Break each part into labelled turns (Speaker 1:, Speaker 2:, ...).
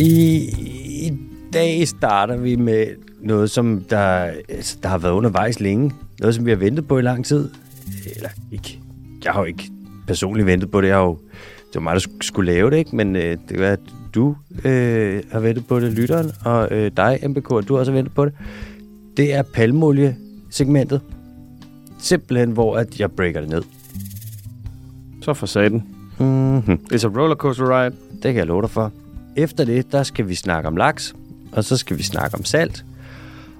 Speaker 1: I, I dag starter vi med noget, som der, altså, der har været undervejs længe. Noget, som vi har ventet på i lang tid. Eller ikke. Jeg har jo ikke personligt ventet på det. Jeg har jo, det var mig, der sk- skulle lave det, ikke? Men øh, det kan være, at du øh, har ventet på det, lytteren. Og øh, dig, MBK, du har også ventet på det. Det er palmolie-segmentet. Simpelthen, hvor at jeg breaker det ned.
Speaker 2: Så for satan.
Speaker 1: Mm-hmm.
Speaker 2: It's a rollercoaster ride.
Speaker 1: Det kan jeg love dig for. Efter det, der skal vi snakke om laks, og så skal vi snakke om salt.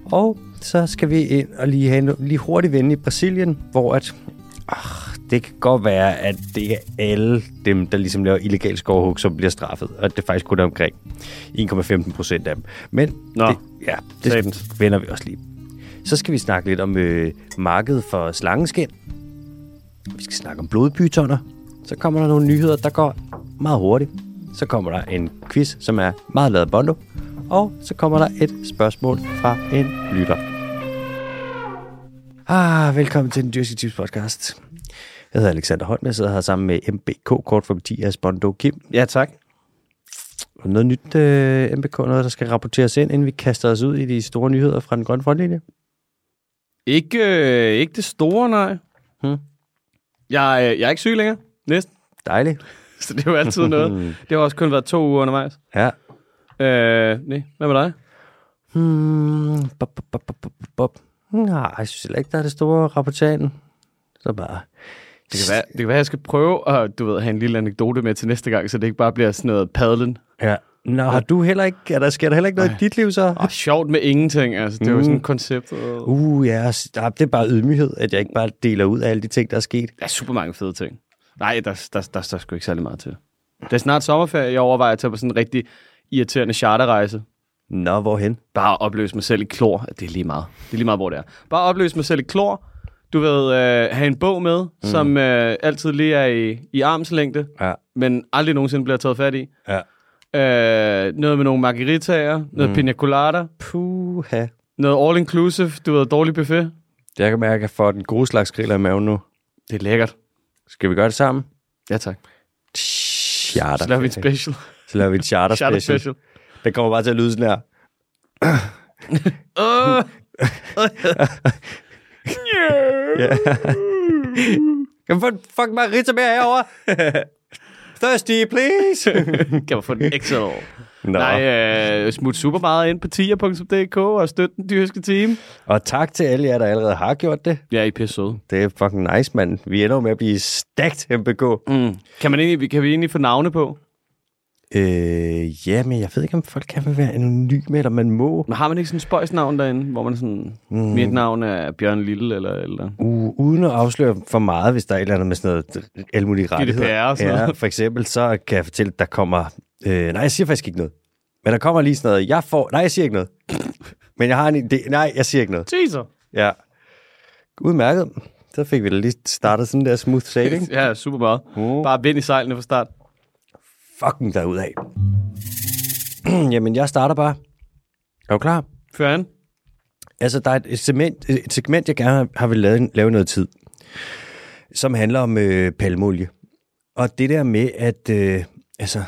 Speaker 1: Og så skal vi ind og lige, have en, lige hurtigt vende i Brasilien, hvor at, ah, det kan godt være, at det er alle dem, der ligesom laver illegal skovhug, som bliver straffet. Og det er faktisk kun omkring 1,15 procent af dem. Men
Speaker 2: Nå,
Speaker 1: det, ja, det
Speaker 2: satans.
Speaker 1: vender vi også lige. Så skal vi snakke lidt om øh, markedet for slangeskin. Vi skal snakke om blodpytoner. Så kommer der nogle nyheder, der går meget hurtigt. Så kommer der en quiz, som er meget lavet bondo. Og så kommer der et spørgsmål fra en lytter. Ah, velkommen til den dyrske tips podcast. Jeg hedder Alexander Holm, jeg sidder her sammen med MBK, kort for Mathias Bondo Kim.
Speaker 2: Ja, tak.
Speaker 1: Har du Noget nyt, øh, MBK, noget der skal rapporteres ind, inden vi kaster os ud i de store nyheder fra den grønne frontlinje?
Speaker 2: Ikke, øh, ikke det store, nej.
Speaker 1: Hmm.
Speaker 2: Jeg, øh, jeg er ikke syg længere. Næsten.
Speaker 1: Dejligt.
Speaker 2: Så det er jo altid noget. Det har også kun været to uger undervejs.
Speaker 1: Ja.
Speaker 2: Øh, nej. Hvad med dig?
Speaker 1: Hmm, bop, bop, bop, bop, bop, bop. Hmm, Nej, jeg synes heller ikke, der er det store rapportagen. Så bare...
Speaker 2: Det kan, være, det kan være, jeg skal prøve at du ved, have en lille anekdote med til næste gang, så det ikke bare bliver sådan noget padlen.
Speaker 1: Ja. Nå, har du heller ikke... Er der, sker der heller ikke noget i dit liv, så?
Speaker 2: Og sjovt med ingenting, altså. Det er jo sådan
Speaker 1: Mm.
Speaker 2: et koncept. Uh.
Speaker 1: Uh, ja, s- nej, det er bare ydmyghed, at jeg ikke bare deler ud af alle de ting, der er sket.
Speaker 2: Der er super mange fede ting. Nej, der, der, der, der er sgu ikke særlig meget til. Det er snart sommerferie. Jeg overvejer at tage på sådan en rigtig irriterende charterrejse.
Speaker 1: Nå, hvorhen?
Speaker 2: Bare opløse mig selv i klor. Det er lige meget. Det er lige meget, hvor det er. Bare opløse mig selv i klor. Du ved, øh, have en bog med, mm. som øh, altid lige er i, i armslængde,
Speaker 1: Ja,
Speaker 2: men aldrig nogensinde bliver taget fat i.
Speaker 1: ja.
Speaker 2: Øh, noget med nogle margaritaer, noget mm. pina colada,
Speaker 1: Puha.
Speaker 2: noget all-inclusive, du ved, dårlig buffet.
Speaker 1: Jeg kan mærke, at jeg får den gode slags griller i maven nu.
Speaker 2: Det er lækkert.
Speaker 1: Skal vi gøre det sammen?
Speaker 2: Ja, tak.
Speaker 1: Charter.
Speaker 2: Så laver vi en special.
Speaker 1: Så laver vi en charter,
Speaker 2: Charter
Speaker 1: charter special.
Speaker 2: special.
Speaker 1: Det kommer bare til at lyde sådan her.
Speaker 2: Åh! yeah.
Speaker 1: Ja. kan man få en fucking margarita mere herovre? Thirsty, please!
Speaker 2: Kan man få den XL?
Speaker 1: Nå.
Speaker 2: Nej, øh, smut super meget ind på tier.dk og støt den dyrske team.
Speaker 1: Og tak til alle jer, der allerede har gjort det.
Speaker 2: Ja, I er pisse søde.
Speaker 1: Det er fucking nice, mand. Vi ender jo med at blive stagt, MBK.
Speaker 2: Mm. Kan, man egentlig, kan vi egentlig få navne på?
Speaker 1: Øh, ja, men jeg ved ikke, om folk kan være anonyme, eller man må.
Speaker 2: Men har man ikke sådan en spøjsnavn derinde, hvor man sådan, mm. mit navn er Bjørn Lille eller... eller.
Speaker 1: U- Uh, uden at afsløre for meget, hvis der er et eller andet med sådan noget, alle mulige rettigheder.
Speaker 2: GDPR og sådan
Speaker 1: ja,
Speaker 2: noget.
Speaker 1: for eksempel, så kan jeg fortælle, at der kommer... Øh, nej, jeg siger faktisk ikke noget. Men der kommer lige sådan noget, jeg får... Nej, jeg siger ikke noget. Men jeg har en idé. Nej, jeg siger ikke noget.
Speaker 2: Teaser!
Speaker 1: Ja. Udmærket. Så fik vi da lige startet sådan der smooth sailing.
Speaker 2: Ja, super meget.
Speaker 1: Mm.
Speaker 2: Bare vind i sejlene fra start.
Speaker 1: Fucking derudad. Jamen, jeg starter bare. Er du klar?
Speaker 2: Før an.
Speaker 1: Altså, der er et segment, et segment jeg gerne har vil lave, lave noget tid, som handler om øh, palmolie. Og det der med, at øh, altså,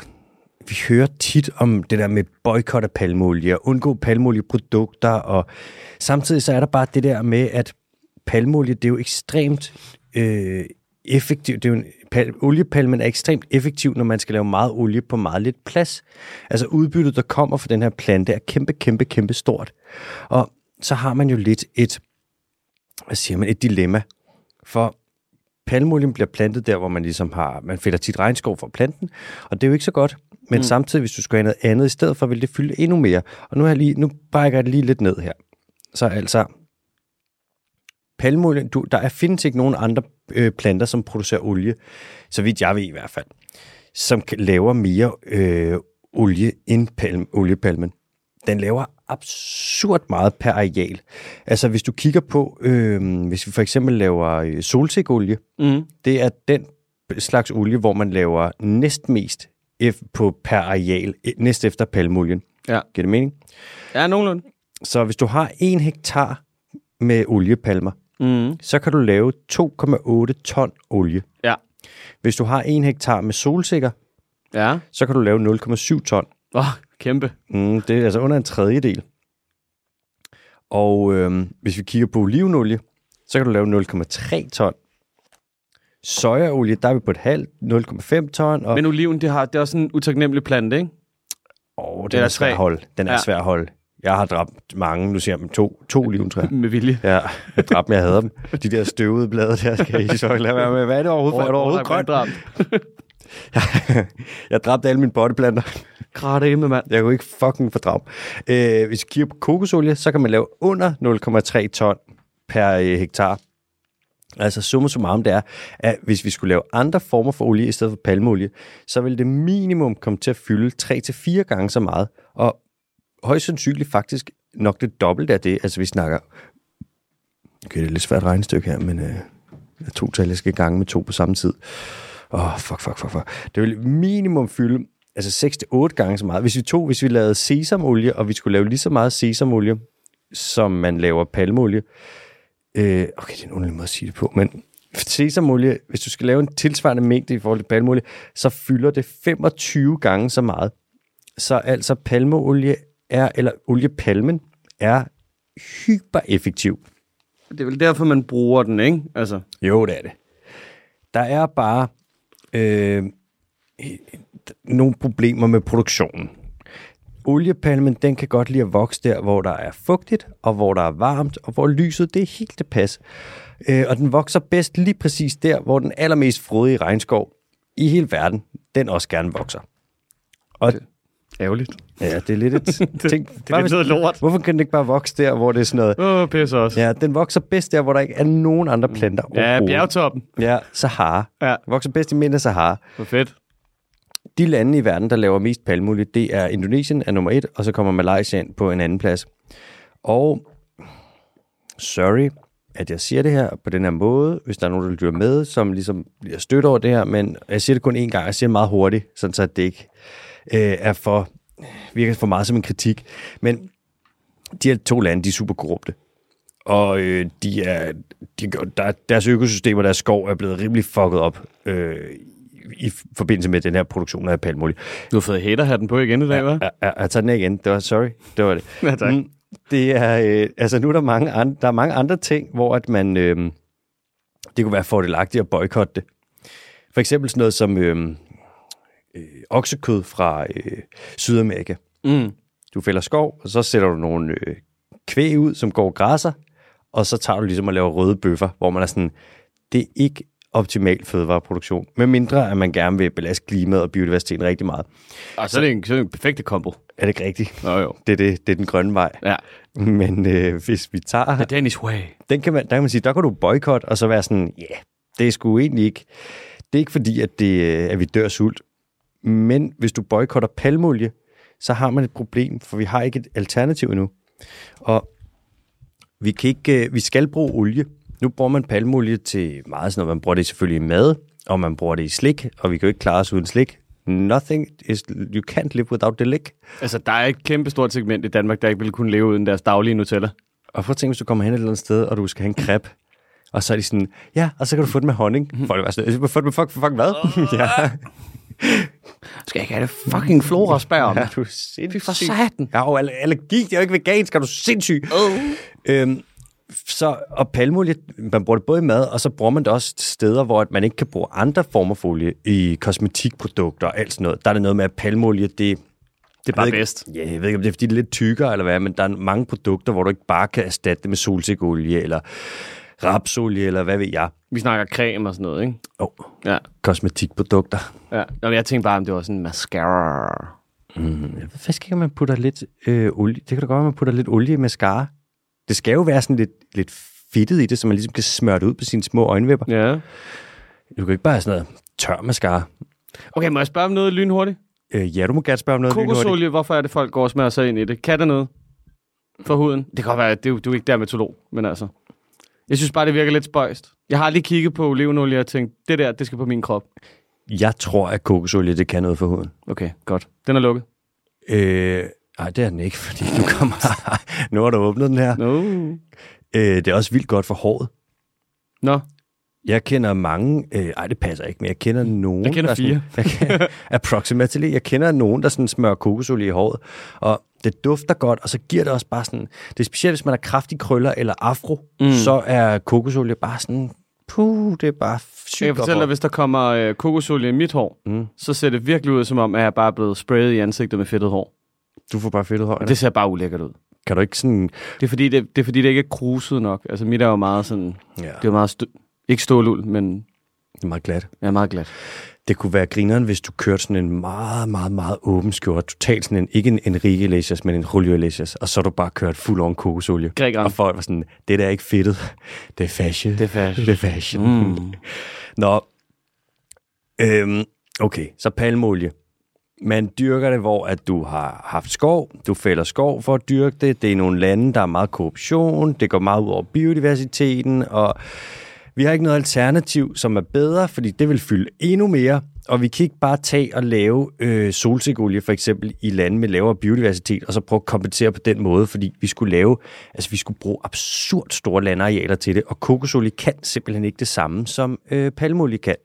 Speaker 1: vi hører tit om det der med boykot af palmolie og undgå palmolieprodukter, og samtidig så er der bare det der med, at palmolie, det er jo ekstremt øh, effektivt. Det er jo en, pal, oliepalmen er ekstremt effektiv, når man skal lave meget olie på meget lidt plads. Altså udbyttet, der kommer fra den her plante, er kæmpe, kæmpe, kæmpe stort. Og så har man jo lidt et, hvad siger man, et dilemma. For palmolien bliver plantet der, hvor man ligesom har, man fælder tit regnskov fra planten, og det er jo ikke så godt. Men mm. samtidig, hvis du skal have noget andet i stedet for, vil det fylde endnu mere. Og nu, har jeg lige, nu brækker jeg det lige lidt ned her. Så altså, palmolien, du, der er, findes ikke nogen andre øh, planter, som producerer olie, så vidt jeg ved i hvert fald, som kan- laver mere øh, olie end palm, oliepalmen. Den laver absurd meget per areal. Altså hvis du kigger på, øh, hvis vi for eksempel laver øh, solsikkeolie,
Speaker 2: Mm.
Speaker 1: det er den slags olie, hvor man laver næstmest F på per areal, eh, næst efter palmolien.
Speaker 2: Ja.
Speaker 1: Giver det mening?
Speaker 2: Ja, nogenlunde.
Speaker 1: Så hvis du har en hektar med oliepalmer,
Speaker 2: Mm.
Speaker 1: så kan du lave 2,8 ton olie.
Speaker 2: Ja.
Speaker 1: Hvis du har en hektar med solsikker,
Speaker 2: Ja.
Speaker 1: så kan du lave 0,7 ton.
Speaker 2: Åh, Kæmpe.
Speaker 1: Mm, det er altså under en tredjedel. Og øhm, hvis vi kigger på olivenolie, så kan du lave 0,3 ton. Sojaolie, der er vi på et halvt, 0,5 ton. Og,
Speaker 2: Men oliven, det, har, det er også sådan en utaknemmelig plante, ikke?
Speaker 1: åh, den,
Speaker 2: det
Speaker 1: er,
Speaker 2: er
Speaker 1: svær
Speaker 2: tre.
Speaker 1: at holde. Den er
Speaker 2: Ja.
Speaker 1: svær at holde. Jeg har dræbt mange, nu siger jeg dem to, to oliventræer.
Speaker 2: Med vilje.
Speaker 1: Ja, jeg dræbte dem, jeg havde dem. De der støvede blade der, skal I så lade være med. Hvad er det overhovedet? for? Er det overhovedet grønt? Jeg dræbte alle mine potteplanter.
Speaker 2: Grætte med mand.
Speaker 1: Jeg kunne ikke fucking fordrage. dem. Øh, hvis vi kigger på kokosolie, så kan man lave under 0,3 ton per øh, hektar. Altså summa summarum, det er, at hvis vi skulle lave andre former for olie i stedet for palmeolie, så ville det minimum komme til at fylde 3-4 gange så meget, og højst sandsynligt faktisk nok det dobbelte af det. Altså vi snakker... Okay, det er lidt svært regnestykke her, men øh, to tal, jeg skal gange med to på samme tid. Åh, oh, fuck, fuck, fuck, fuck. Det vil minimum fylde altså 6-8 gange så meget. Hvis vi tog, hvis vi lavede sesamolie, og vi skulle lave lige så meget sesamolie, som man laver palmeolie. Øh, okay, det er en underlig måde at sige det på, men sesamolie, hvis du skal lave en tilsvarende mængde i forhold til palmeolie, så fylder det 25 gange så meget. Så altså palmeolie er, eller oliepalmen er hypereffektiv.
Speaker 2: Det er vel derfor, man bruger den, ikke? Altså,
Speaker 1: Jo, det er det. Der er bare øh, nogle problemer med produktionen. Oliepalmen, den kan godt lide at vokse der, hvor der er fugtigt, og hvor der er varmt, og hvor lyset, det er helt tilpas. Øh, og den vokser bedst lige præcis der, hvor den allermest frodige regnskov i hele verden, den også gerne vokser. Og
Speaker 2: ærgerligt.
Speaker 1: ja, det er lidt et... tænk,
Speaker 2: Det er lidt noget lort.
Speaker 1: hvorfor kan den ikke bare vokse der, hvor det er sådan noget...
Speaker 2: Åh, oh, pisse også. Ja,
Speaker 1: Ja, den vokser bedst der, hvor der ikke er nogen andre planter
Speaker 2: ja
Speaker 1: overhovedet.
Speaker 2: bjergtoppen.
Speaker 1: Ja, Sahara.
Speaker 2: Ja.
Speaker 1: Den Vokser bedst i midten af Sahara.
Speaker 2: Hvor fedt.
Speaker 1: De lande i verden, der laver mest palmeolie, det er Indonesien er nummer et, og så kommer Malaysia ind på en anden plads. Og sorry, at jeg siger det her på den her måde, hvis der er nogen, der lytter med, som ligesom bliver stødt over det her, men jeg siger det kun én gang, jeg siger det meget hurtigt, sådan så at det ikke øh, er for, virker for meget som en kritik. Men de her to lande, de er super korrupte. Og øh, de er, de, gør- der, deres økosystem og deres skov er blevet rimelig fucket op øh, i forbindelse med den her produktion af palmolie.
Speaker 2: Du har fået hætterhatten på igen i dag, hva'?
Speaker 1: Jeg, jeg, jeg tager den af igen. Det var, sorry, det var det.
Speaker 2: Ja, tak.
Speaker 1: Mm, Det er, øh, altså nu er der mange, andre, der er mange andre ting, hvor at man, øh, det kunne være fordelagtigt at boykotte det. For eksempel sådan noget som øh, øh, oksekød fra øh, Sydamerika.
Speaker 2: Mm.
Speaker 1: Du fælder skov, og så sætter du nogle øh, kvæg ud, som går og græsser, og så tager du ligesom at lave røde bøffer, hvor man er sådan, det er ikke optimal fødevareproduktion, medmindre at man gerne vil belaste klimaet og biodiversiteten rigtig meget.
Speaker 2: Og så er Altså, det en, så er det en perfekt kombo.
Speaker 1: Er det ikke rigtigt?
Speaker 2: Nå jo.
Speaker 1: Det er, det, det er den grønne vej.
Speaker 2: Ja.
Speaker 1: Men øh, hvis vi tager...
Speaker 2: The Danish way.
Speaker 1: Den kan man, der kan man sige, der kan du boykotte, og så være sådan, ja, yeah, det er sgu egentlig ikke... Det er ikke fordi, at, det, øh, at vi dør af sult. Men hvis du boykotter palmolie, så har man et problem, for vi har ikke et alternativ endnu. Og vi, kan ikke, øh, vi skal bruge olie. Nu bruger man palmolie til meget sådan noget. Man bruger det selvfølgelig i mad, og man bruger det i slik, og vi kan jo ikke klare os uden slik. Nothing is... You can't live without the lick.
Speaker 2: Altså, der er et kæmpe stort segment i Danmark, der ikke ville kunne leve uden deres daglige Nutella.
Speaker 1: Og prøv at tænke, hvis du kommer hen et eller andet sted, og du skal have en crepe, og så er de sådan, ja, og så kan du få den med honning. Mm. Folk er sådan, "Øh, få den med fuck, fuck hvad? ja,
Speaker 2: Skal jeg ikke have det fucking florasbær?
Speaker 1: er du sindssyg?
Speaker 2: for satan.
Speaker 1: Jeg har jo aller- allergi, jeg er jo ikke vegansk, er du sindssyg? Øhm, så, og palmolie, man bruger det både i mad, og så bruger man det også til steder, hvor at man ikke kan bruge andre former for olie i kosmetikprodukter og alt sådan noget. Der er det noget med, at palmolie, det,
Speaker 2: Det er bare
Speaker 1: jeg ved
Speaker 2: bedst.
Speaker 1: Ikke, ja, jeg ved ikke, om det er, fordi det er lidt tykkere eller hvad, men der er mange produkter, hvor du ikke bare kan erstatte det med solsikkeolie eller rapsolie eller hvad ved jeg.
Speaker 2: Vi snakker creme og sådan noget, ikke?
Speaker 1: Åh, oh,
Speaker 2: Ja.
Speaker 1: kosmetikprodukter.
Speaker 2: ja. Nå, men jeg tænkte bare, om det var sådan en mascara.
Speaker 1: Jeg ved faktisk ikke, om man putter lidt øh, olie. Det kan da godt være, man putter lidt olie i mascara. Det skal jo være sådan lidt, lidt fedtet i det, så man ligesom kan smøre det ud på sine små øjenvipper.
Speaker 2: Ja.
Speaker 1: Du kan ikke bare have sådan noget tør mascara.
Speaker 2: Okay, må jeg spørge om noget lynhurtigt?
Speaker 1: Øh, ja, du må gerne spørge om noget. lynhurtigt.
Speaker 2: Kokosolie, hvorfor er det, folk går og smører sig ind i det? Kan det noget for huden? Det kan godt være, at det, er jo- du er ikke dermatolog, men altså. Jeg synes bare, det virker lidt spøjst. Jeg har lige kigget på olivenolie og tænkt, det der, det skal på min krop.
Speaker 1: Jeg tror, at kokosolie, det kan noget for huden.
Speaker 2: Okay, godt. Den er lukket.
Speaker 1: Øh, nej, det er den ikke, fordi du kommer... nu har du åbnet den her.
Speaker 2: No.
Speaker 1: Øh, det er også vildt godt for håret.
Speaker 2: Nå.
Speaker 1: Jeg kender mange, øh, ej det passer ikke, men jeg kender nogen,
Speaker 2: Jeg
Speaker 1: der
Speaker 2: kender fire.
Speaker 1: Sådan, jeg kender, approximately, jeg kender nogen, der sådan smører kokosolie i håret, og det dufter godt, og så giver det også bare sådan, det er specielt, hvis man har kraftige krøller eller afro, mm. så er kokosolie bare sådan, puh, det er bare sygt
Speaker 2: Jeg kan
Speaker 1: godt
Speaker 2: fortælle dig,
Speaker 1: hår.
Speaker 2: hvis der kommer øh, kokosolie i mit hår, mm. så ser det virkelig ud, som om at jeg bare er blevet sprayet i ansigtet med fedtet hår.
Speaker 1: Du får bare fedtet hår.
Speaker 2: Og det ser bare ulækkert ud.
Speaker 1: Kan du ikke sådan...
Speaker 2: Det er fordi, det, det, er, fordi, det ikke er kruset nok. Altså mit er jo meget sådan...
Speaker 1: Ja,
Speaker 2: Det er jo meget... Stø- ikke stålul, men
Speaker 1: det er meget glat.
Speaker 2: jeg er meget glad.
Speaker 1: Det kunne være grineren, hvis du kørte sådan en meget, meget, meget åben skjorte. Totalt sådan en, ikke en Enrique Iglesias, men en Julio Iglesias. Og så har du bare kørt fuld on kokosolie.
Speaker 2: Grig on.
Speaker 1: Og folk var sådan, det der er ikke fedtet. Det er fashion.
Speaker 2: Det er fashion.
Speaker 1: Det er fashion. Mm. Nå. Øhm, okay, så palmolie. Man dyrker det, hvor at du har haft skov. Du fælder skov for at dyrke det. Det er nogle lande, der er meget korruption. Det går meget ud over biodiversiteten. Og vi har ikke noget alternativ, som er bedre, fordi det vil fylde endnu mere, og vi kan ikke bare tage og lave øh, solsikkeolie for eksempel i lande med lavere biodiversitet, og så prøve at kompensere på den måde, fordi vi skulle lave, altså vi skulle bruge absurd store landarealer til det, og kokosolie kan simpelthen ikke det samme, som øh, palmolie kan.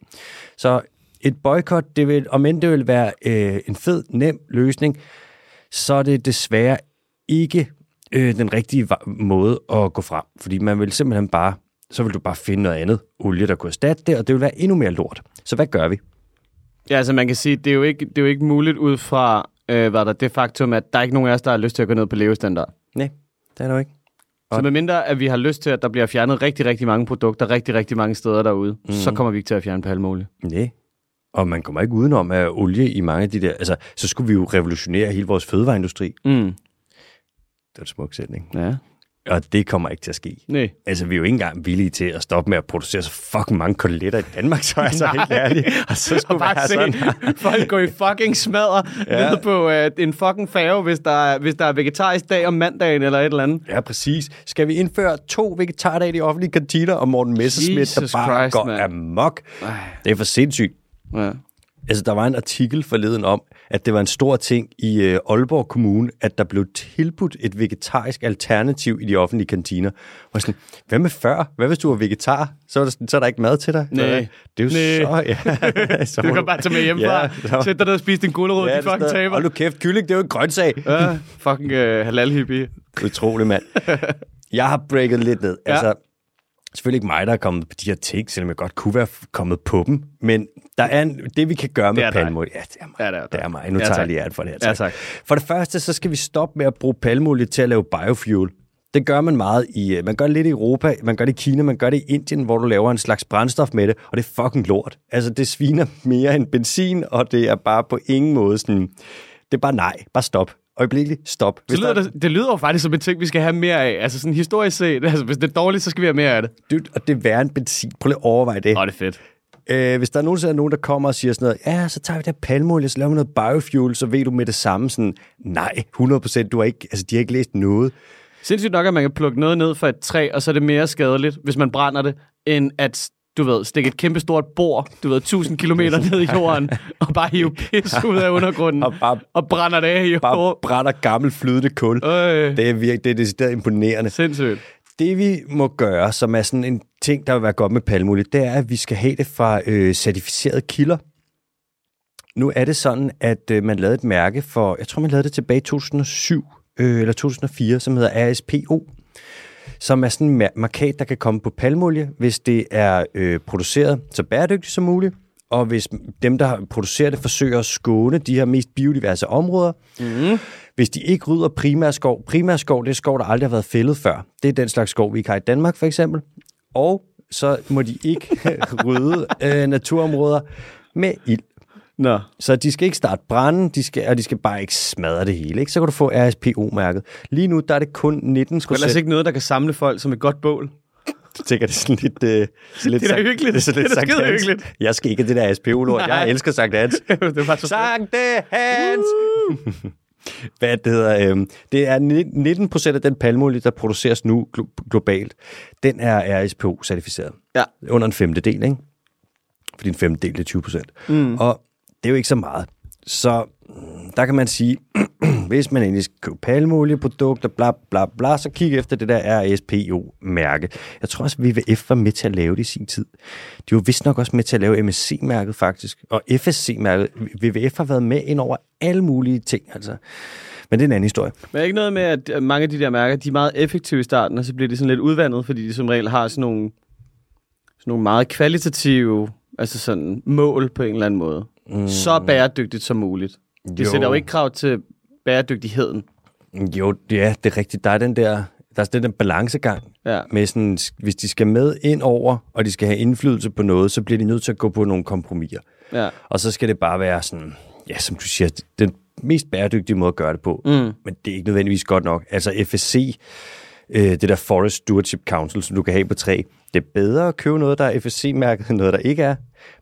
Speaker 1: Så et boykot, det vil, om end det vil være øh, en fed, nem løsning, så er det desværre ikke øh, den rigtige va- måde at gå frem. Fordi man vil simpelthen bare, så vil du bare finde noget andet olie, der kunne erstatte det, og det vil være endnu mere lort. Så hvad gør vi?
Speaker 2: Ja, altså man kan sige, det er jo ikke, det er jo ikke muligt ud fra øh, hvad der, det faktum, at der er ikke nogen af os, der har lyst til at gå ned på levestandard.
Speaker 1: Nej, det er der jo ikke.
Speaker 2: Så medmindre, at vi har lyst til, at der bliver fjernet rigtig, rigtig mange produkter, rigtig, rigtig mange steder derude, mm. så kommer vi ikke til at fjerne palmolie.
Speaker 1: Nej. Og man kommer ikke udenom, at olie i mange af de der... Altså, så skulle vi jo revolutionere hele vores fødevareindustri.
Speaker 2: Mm.
Speaker 1: Det er en smuk sætning.
Speaker 2: Ja.
Speaker 1: Og det kommer ikke til at ske.
Speaker 2: Nej.
Speaker 1: Altså, vi er jo ikke engang villige til at stoppe med at producere så fucking mange koteletter i Danmark, så er jeg så helt
Speaker 2: Nej.
Speaker 1: ærlig. Og så
Speaker 2: Og
Speaker 1: skulle
Speaker 2: bare
Speaker 1: være
Speaker 2: se
Speaker 1: sådan.
Speaker 2: folk gå i fucking smadre ja. ned på øh, en fucking fave, hvis der, er, hvis der er vegetarisk dag om mandagen eller et eller andet.
Speaker 1: Ja, præcis. Skal vi indføre to vegetardage i de offentlige kantiner, og Morten Messerschmidt,
Speaker 2: Jesus
Speaker 1: der bare
Speaker 2: Christ,
Speaker 1: går
Speaker 2: mand.
Speaker 1: amok? Det er for sindssygt.
Speaker 2: Ja.
Speaker 1: Altså, der var en artikel forleden om, at det var en stor ting i øh, Aalborg Kommune, at der blev tilbudt et vegetarisk alternativ i de offentlige kantiner. Og sådan, hvad med før? Hvad hvis du var vegetar? Så er der, sådan, så er der ikke mad til dig?
Speaker 2: Nej.
Speaker 1: Det er jo så...
Speaker 2: Nej.
Speaker 1: Ja. så
Speaker 2: Du
Speaker 1: må
Speaker 2: kan bare tage med hjemmefra,
Speaker 1: så-
Speaker 2: ja, sætte dig ned og spise din gulerod, ja,
Speaker 1: det
Speaker 2: de
Speaker 1: er
Speaker 2: fucking
Speaker 1: sådan-
Speaker 2: taber.
Speaker 1: Hold nu kæft, kylling, det er jo en grøntsag.
Speaker 2: Ja, fucking øh, halal hippie.
Speaker 1: Utrolig mand. Jeg har breaket lidt ned. Ja.
Speaker 2: Ja.
Speaker 1: Altså, selvfølgelig ikke mig, der er kommet på de her ting, selvom jeg godt kunne være f- kommet på dem. Men der er en, det, vi kan gøre med
Speaker 2: er dig.
Speaker 1: palmolie. Ja, det er mig.
Speaker 2: Ja, det er dig.
Speaker 1: det er mig. Nu
Speaker 2: Ja,
Speaker 1: tager jeg
Speaker 2: tak.
Speaker 1: lige alt for det her.
Speaker 2: Ja, tak.
Speaker 1: For det første, så skal vi stoppe med at bruge palmolie til at lave biofuel. Det gør man meget i, øh, man gør det lidt i Europa, man gør det i Kina, man gør det i Indien, hvor du laver en slags brændstof med det, og det er fucking lort. Altså, det sviner mere end benzin, og det er bare på ingen måde sådan, det er bare nej, bare stop. Øjeblikkeligt, stop. Hvis
Speaker 2: Det lyder,
Speaker 1: der-
Speaker 2: det, det lyder jo faktisk som en ting, vi skal have mere af. Altså sådan historisk set, altså hvis det er dårligt, så skal vi have mere af det.
Speaker 1: dybt, og det er værre end benzin. Prøv lige at overveje det.
Speaker 2: Åh, det er fedt.
Speaker 1: Øh, hvis der nogensinde er nogen, der kommer og siger sådan noget, ja, så tager vi det her palmolie, så laver vi noget biofuel, så ved du med det samme sådan, nej, 100%, du har ikke, altså, de har ikke læst noget.
Speaker 2: Sindssygt nok, at man kan plukke noget ned fra et træ, og så er det mere skadeligt, hvis man brænder det, end at du ved, stikke et kæmpe stort bord, du ved, 1000 km ned i jorden, og bare hive pis ud af undergrunden,
Speaker 1: Og
Speaker 2: og,
Speaker 1: bare-
Speaker 2: bare, og brænder det af i
Speaker 1: Bare
Speaker 2: jorden.
Speaker 1: brænder gammel flydende kul.
Speaker 2: Øh,
Speaker 1: Det er virkelig, det er decideret imponerende.
Speaker 2: sindssygt.
Speaker 1: Det vi må gøre, som er sådan en ting, der vil være godt med palmolie, det er, at vi skal have det fra øh, certificerede kilder. Nu er det sådan, at øh, man lavede et mærke for, jeg tror man lavede det tilbage i 2007 øh, eller 2004, som hedder ASPO, som er sådan en mar- markat, der kan komme på palmolie, hvis det er øh, produceret så bæredygtigt som muligt, og hvis dem, der producerer det, forsøger at skåne de her mest biodiverse områder, hvis de ikke rydder primærskov, primærskov det er skov, der aldrig har været fældet før. Det er den slags skov, vi ikke har i Danmark for eksempel. Og så må de ikke rydde øh, naturområder med ild.
Speaker 2: Nå.
Speaker 1: Så de skal ikke starte branden, de skal, og de skal bare ikke smadre det hele. Ikke? Så kan du få RSPO-mærket. Lige nu der er det kun 19
Speaker 2: Ellers
Speaker 1: procent.
Speaker 2: ikke noget, der kan samle folk som et godt bål.
Speaker 1: Jeg tænker, det er sådan lidt... Øh, så lidt
Speaker 2: Det er da
Speaker 1: Sankt-
Speaker 2: hyggeligt.
Speaker 1: Det er, sådan lidt
Speaker 2: Det er da
Speaker 1: Sankt
Speaker 2: skide
Speaker 1: Hans.
Speaker 2: hyggeligt.
Speaker 1: Jeg skal ikke have det der SPO-lort. Jeg
Speaker 2: Nej.
Speaker 1: elsker Sankt Hans.
Speaker 2: det var så
Speaker 1: Sankte Hans! Hvad det hedder, øhm, det er ni- 19 procent af den palmolie, der produceres nu glo- globalt, den er RSPO-certificeret.
Speaker 2: Ja.
Speaker 1: Under en femtedel, ikke? Fordi en femtedel er 20 procent. Mm. Og det er jo ikke så meget. Så mm, der kan man sige, hvis man endelig skal købe palmeolieprodukter, bla bla bla, så kig efter det der RSPO-mærke. Jeg tror også, VVF var med til at lave det i sin tid. De var vist nok også med til at lave MSC-mærket faktisk, og FSC-mærket. VVF har været med ind over alle mulige ting, altså. Men det er en anden historie.
Speaker 2: Men er ikke noget med, at øh, mange af de der mærker, de er meget effektive i starten, og så bliver de sådan lidt udvandet, fordi de som regel har sådan nogle, sådan nogle meget kvalitative altså sådan mål på en eller anden måde. Mm. Så bæredygtigt som muligt. De
Speaker 1: Jo.
Speaker 2: jo. sætter jo ikke krav til bæredygtigheden.
Speaker 1: Jo, ja, det er rigtigt. Der er den der, der er sådan den balancegang
Speaker 2: Ja.
Speaker 1: med sådan, hvis de skal med ind over, og de skal have indflydelse på noget, så bliver de nødt til at gå på nogle kompromiser.
Speaker 2: ja.
Speaker 1: Og så skal det bare være sådan, ja, som du siger, den mest bæredygtige måde at gøre det på. Mm. Men det er ikke nødvendigvis godt nok. Altså FSC, øh, det der Forest Stewardship Council, som du kan have på træ, det er bedre at købe noget, der er FSC-mærket, end noget, der ikke er.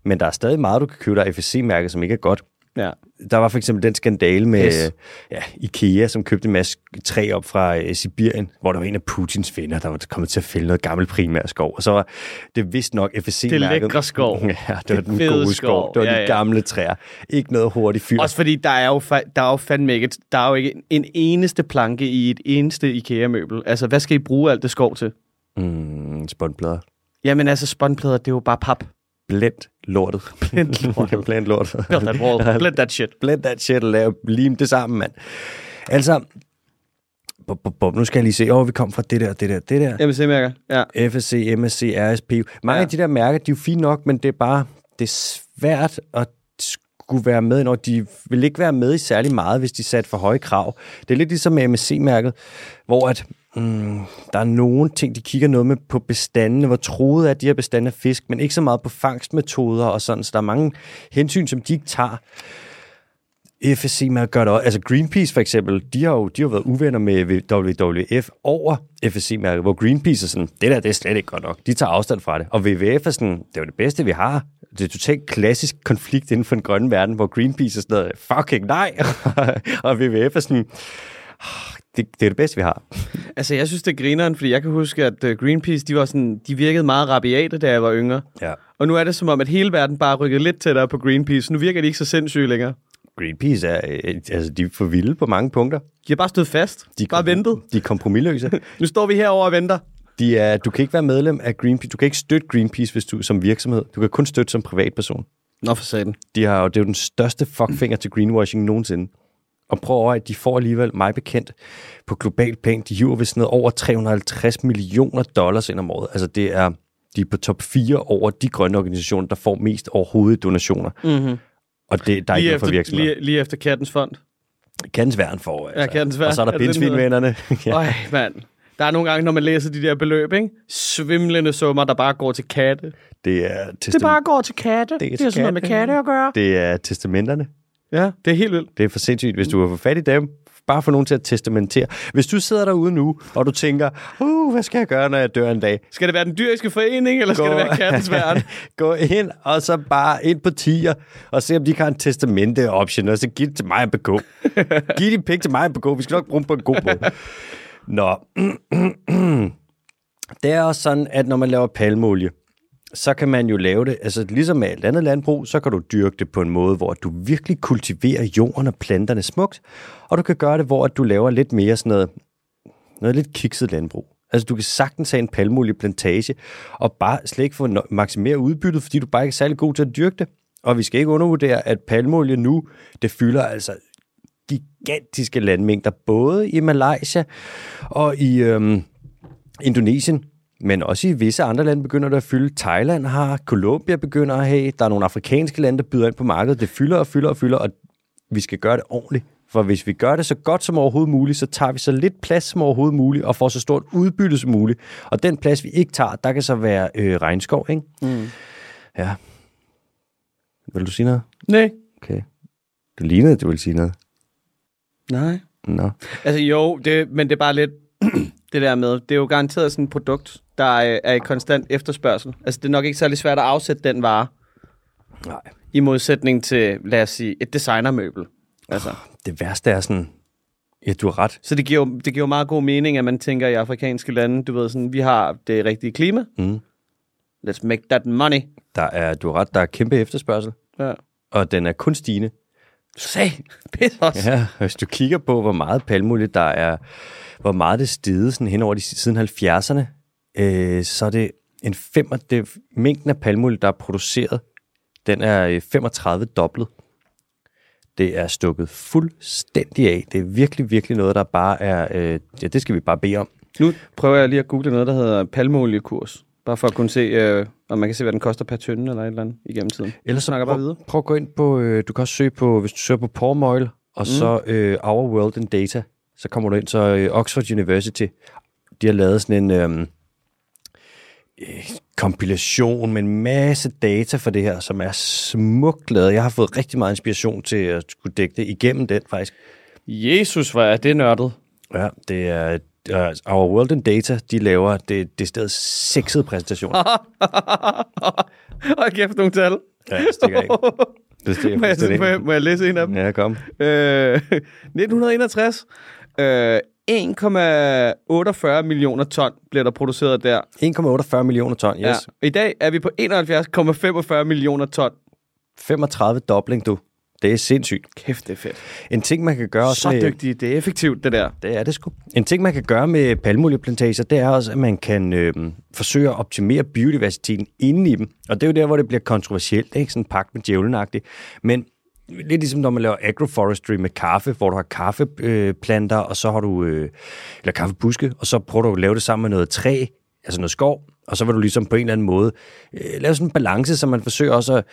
Speaker 1: Men der er stadig meget, du kan købe, der er FSC-mærket, som ikke er godt.
Speaker 2: ja.
Speaker 1: Der var for eksempel den skandale med
Speaker 2: Yes.
Speaker 1: yes. ja, Ikea, som købte en masse træ op fra øh, Sibirien, hvor der var en af Putins venner, der var kommet til at fælde noget gammel primærskov. Og så var det vist nok FSC-mærket.
Speaker 2: Det lækre skov.
Speaker 1: Ja, det var
Speaker 2: Det
Speaker 1: den
Speaker 2: fede
Speaker 1: gode skov.
Speaker 2: skov.
Speaker 1: Det var
Speaker 2: Ja,
Speaker 1: ja, de
Speaker 2: ja.
Speaker 1: gamle træer. Ikke noget hurtigt fyr.
Speaker 2: Også fordi der er jo, fa- der er jo fandme ikke, et- der er jo ikke en eneste planke i et eneste IKEA-møbel. Altså, hvad skal I bruge alt det skov til?
Speaker 1: Mm, spåndblader.
Speaker 2: Jamen altså, spåndplader, det er jo bare pap.
Speaker 1: Blænd lortet. Blænd lortet. Blænd lortet.
Speaker 2: Build that wall. Build that shit.
Speaker 1: Blend that shit og lave, lim det sammen, mand. Altså, bum, bum, bum, nu skal jeg lige se, åh, vi kom fra det der, det der, det der.
Speaker 2: MC-mærker. Ja.
Speaker 1: FSC, MSC, RSP. Mange
Speaker 2: Ja.
Speaker 1: ja. af de der mærker, de er jo fine nok, men det er bare det er svært at skulle være med, når de vil ikke være med i særlig meget, hvis de satte for høje krav. Det er lidt ligesom med MSC-mærket, hvor at, mm, der er nogle ting, de kigger noget med på bestandene, hvor troet er de her bestande af fisk, men ikke så meget på fangstmetoder og sådan, så der er mange hensyn, som de ikke tager. FSC med at gøre det også. Altså Greenpeace for eksempel, de har jo de har været uvenner med WWF over FSC-mærket, hvor Greenpeace er sådan, det der, det er slet ikke godt nok. De tager afstand fra det. Og WWF er sådan, det er jo det bedste, vi har. Det er totalt klassisk konflikt inden for den grønne verden, hvor Greenpeace er sådan noget, fucking nej. og WWF er sådan, "Ah, det, det er det bedste, vi har.
Speaker 2: Altså, jeg synes, det er grineren, fordi jeg kan huske, at øh, Greenpeace, de, var sådan, de virkede meget rabiate, da jeg var yngre.
Speaker 1: Ja.
Speaker 2: Og nu er det som om, at hele verden bare er rykket lidt tættere på Greenpeace. Nu virker de ikke så sindssyge længere.
Speaker 1: Greenpeace er, øh, altså de er for vilde på mange punkter.
Speaker 2: De har bare stået fast. De
Speaker 1: De er
Speaker 2: bare
Speaker 1: kompro-
Speaker 2: ventet.
Speaker 1: De er kompromilløse.
Speaker 2: Nu står vi herover og venter.
Speaker 1: De er, du kan ikke være medlem af Greenpeace. Du kan ikke støtte Greenpeace hvis du, som virksomhed. Du kan kun støtte som privatperson.
Speaker 2: Nå, for satan.
Speaker 1: De har jo, det er jo den største fuckfinger til greenwashing nogensinde. Og prøv over, at de får alligevel mig bekendt på global plan. De hiver ved sådan noget over 350 millioner dollars ind om året. Altså det er, de er på top 4 over de grønne organisationer, der får mest overhovedet i donationer. Mm-hmm. Og det, der er ikke
Speaker 2: Lige
Speaker 1: noget for
Speaker 2: efter,
Speaker 1: virksomheder.
Speaker 2: lige, lige efter Kattens Fond.
Speaker 1: Kattens værn får, altså.
Speaker 2: Kattens Værn.
Speaker 1: Og så er
Speaker 2: Er
Speaker 1: der
Speaker 2: det den
Speaker 1: pindsvinvennerne.
Speaker 2: Ja.
Speaker 1: ja.
Speaker 2: Øj, mand. Der er nogle gange, når man læser de der beløb, ikke? svimlende summer, der bare går til katte. Det,
Speaker 1: Det er, testam-
Speaker 2: går til katte.
Speaker 1: Det er til katte.
Speaker 2: at gøre.
Speaker 1: det er testamenterne.
Speaker 2: Ja, det er helt vildt.
Speaker 1: Det er for sindssygt, hvis du har fået fat i dem. Bare få nogen til at testamentere. Hvis du sidder derude nu, og du tænker, uh, hvad skal jeg gøre, når jeg dør en dag?
Speaker 2: Skal det være den dyriske forening, eller skal
Speaker 1: Gå-
Speaker 2: det være kattens værn?
Speaker 1: Gå ind, og så bare ind på tier, og se om de ikke har en testamente-option, og så giv det til mig og BK. giv de penge til mig og BK, vi skal nok bruge dem på en god måde. Nå. det er også sådan, at når man laver palmolie, så kan man jo lave det, altså ligesom med alt andet landbrug, så kan du dyrke det på en måde, hvor du virkelig kultiverer jorden og planterne smukt, og du kan gøre det, hvor at du laver lidt mere sådan noget, noget lidt kikset landbrug. Altså, du kan sagtens have en palmolieplantage, og bare slet ikke få no- maksimere udbyttet, fordi du bare ikke er særlig god til at dyrke det. Og vi skal ikke undervurdere, at palmolie nu, det fylder altså gigantiske landmængder, både i Malaysia og i øhm, Indonesien, men også i visse andre lande begynder det at fylde. Thailand har, Colombia begynder at have, der er nogle afrikanske lande, der byder ind på markedet. Det fylder og fylder og fylder, og vi skal gøre det ordentligt. For hvis vi gør det så godt som overhovedet muligt, så tager vi så lidt plads som overhovedet muligt, og får så stort udbytte som muligt. Og den plads, vi ikke tager, der kan så være øh, regnskov, ikke? Mm. Ja. Vil du sige noget?
Speaker 2: Nej.
Speaker 1: Okay. Det lignede, at du ville sige noget.
Speaker 2: Nej.
Speaker 1: Nå.
Speaker 2: Altså jo, det, men det er bare lidt det der med, det er jo garanteret sådan et produkt, der er, er i konstant efterspørgsel. Altså det er nok ikke særlig svært at afsætte den vare,
Speaker 1: Nej.
Speaker 2: i modsætning til, lad os sige, et designermøbel. Altså.
Speaker 1: det værste er sådan, ja, du har ret.
Speaker 2: Så det giver, jo- det giver jo meget god mening, at man tænker i afrikanske lande, du ved sådan, vi har det rigtige klima.
Speaker 1: Mm.
Speaker 2: Let's make that money.
Speaker 1: Der er, du har ret, der er kæmpe efterspørgsel,
Speaker 2: Ja.
Speaker 1: og den er kun stigende.
Speaker 2: Sag, pis os.
Speaker 1: Ja, hvis du kigger på, hvor meget palmolie der er, hvor meget det stede sådan hen over de siden 70'erne, øh, så er det en fem, det, mængden af palmolie, der er produceret, den er øh, 35 dobblet. Det er stukket fuldstændig af. Det er virkelig, virkelig noget, der bare er... Øh, ja, det skal vi bare bede om.
Speaker 2: Nu prøver jeg lige at google noget, der hedder palmeoliekurs. Bare for at kunne se, øh, om man kan se, hvad den koster per tynde eller et eller andet igennem tiden.
Speaker 1: Ellers så
Speaker 2: Snakker bare videre.
Speaker 1: prøv, prøv at gå ind på, øh, du kan også søge på, hvis du søger på Pormoil, og mm. så øh, Our World in Data, så kommer du ind, så øh, Oxford University, de har lavet sådan en øh, øh, kompilation med en masse data for det her, som er smukt lavet. Jeg har fået rigtig meget inspiration til at skulle dække det igennem den faktisk.
Speaker 2: Jesus, hvor er det nørdet.
Speaker 1: Ja, det er øh, Our World in Data, de laver det, det sted sexede præsentationer.
Speaker 2: Hold kæft, nogle tal.
Speaker 1: ja, det stikker af. Det stikker
Speaker 2: må, jeg,
Speaker 1: fuldstændig
Speaker 2: må,
Speaker 1: af.
Speaker 2: jeg, må jeg læse en af dem?
Speaker 1: Ja, kom.
Speaker 2: Øh, 1961. Øh, 1,48 millioner ton bliver der produceret der.
Speaker 1: 1,48 millioner ton, yes. Ja.
Speaker 2: I dag er vi på 71,45 millioner ton.
Speaker 1: 35 dobling, du. Det er sindssygt.
Speaker 2: Kæft, det er fedt.
Speaker 1: En ting, man kan gøre også
Speaker 2: Så
Speaker 1: med,
Speaker 2: dygtige. Det er effektivt, det der.
Speaker 1: Det er det sgu. En ting, man kan gøre med palmolieplantager, det er også, at man kan øh, forsøge at optimere biodiversiteten inde i dem. Og det er jo der, hvor det bliver kontroversielt, ikke? Sådan pagt med djævlenagtigt. Men lidt ligesom når man laver agroforestry med kaffe, hvor du har kaffeplanter, og så har du, øh, eller kaffebuske, og så prøver du at lave det sammen med noget træ, altså noget skov, og så vil du ligesom på en eller anden måde øh, lave sådan en balance, så man forsøger også at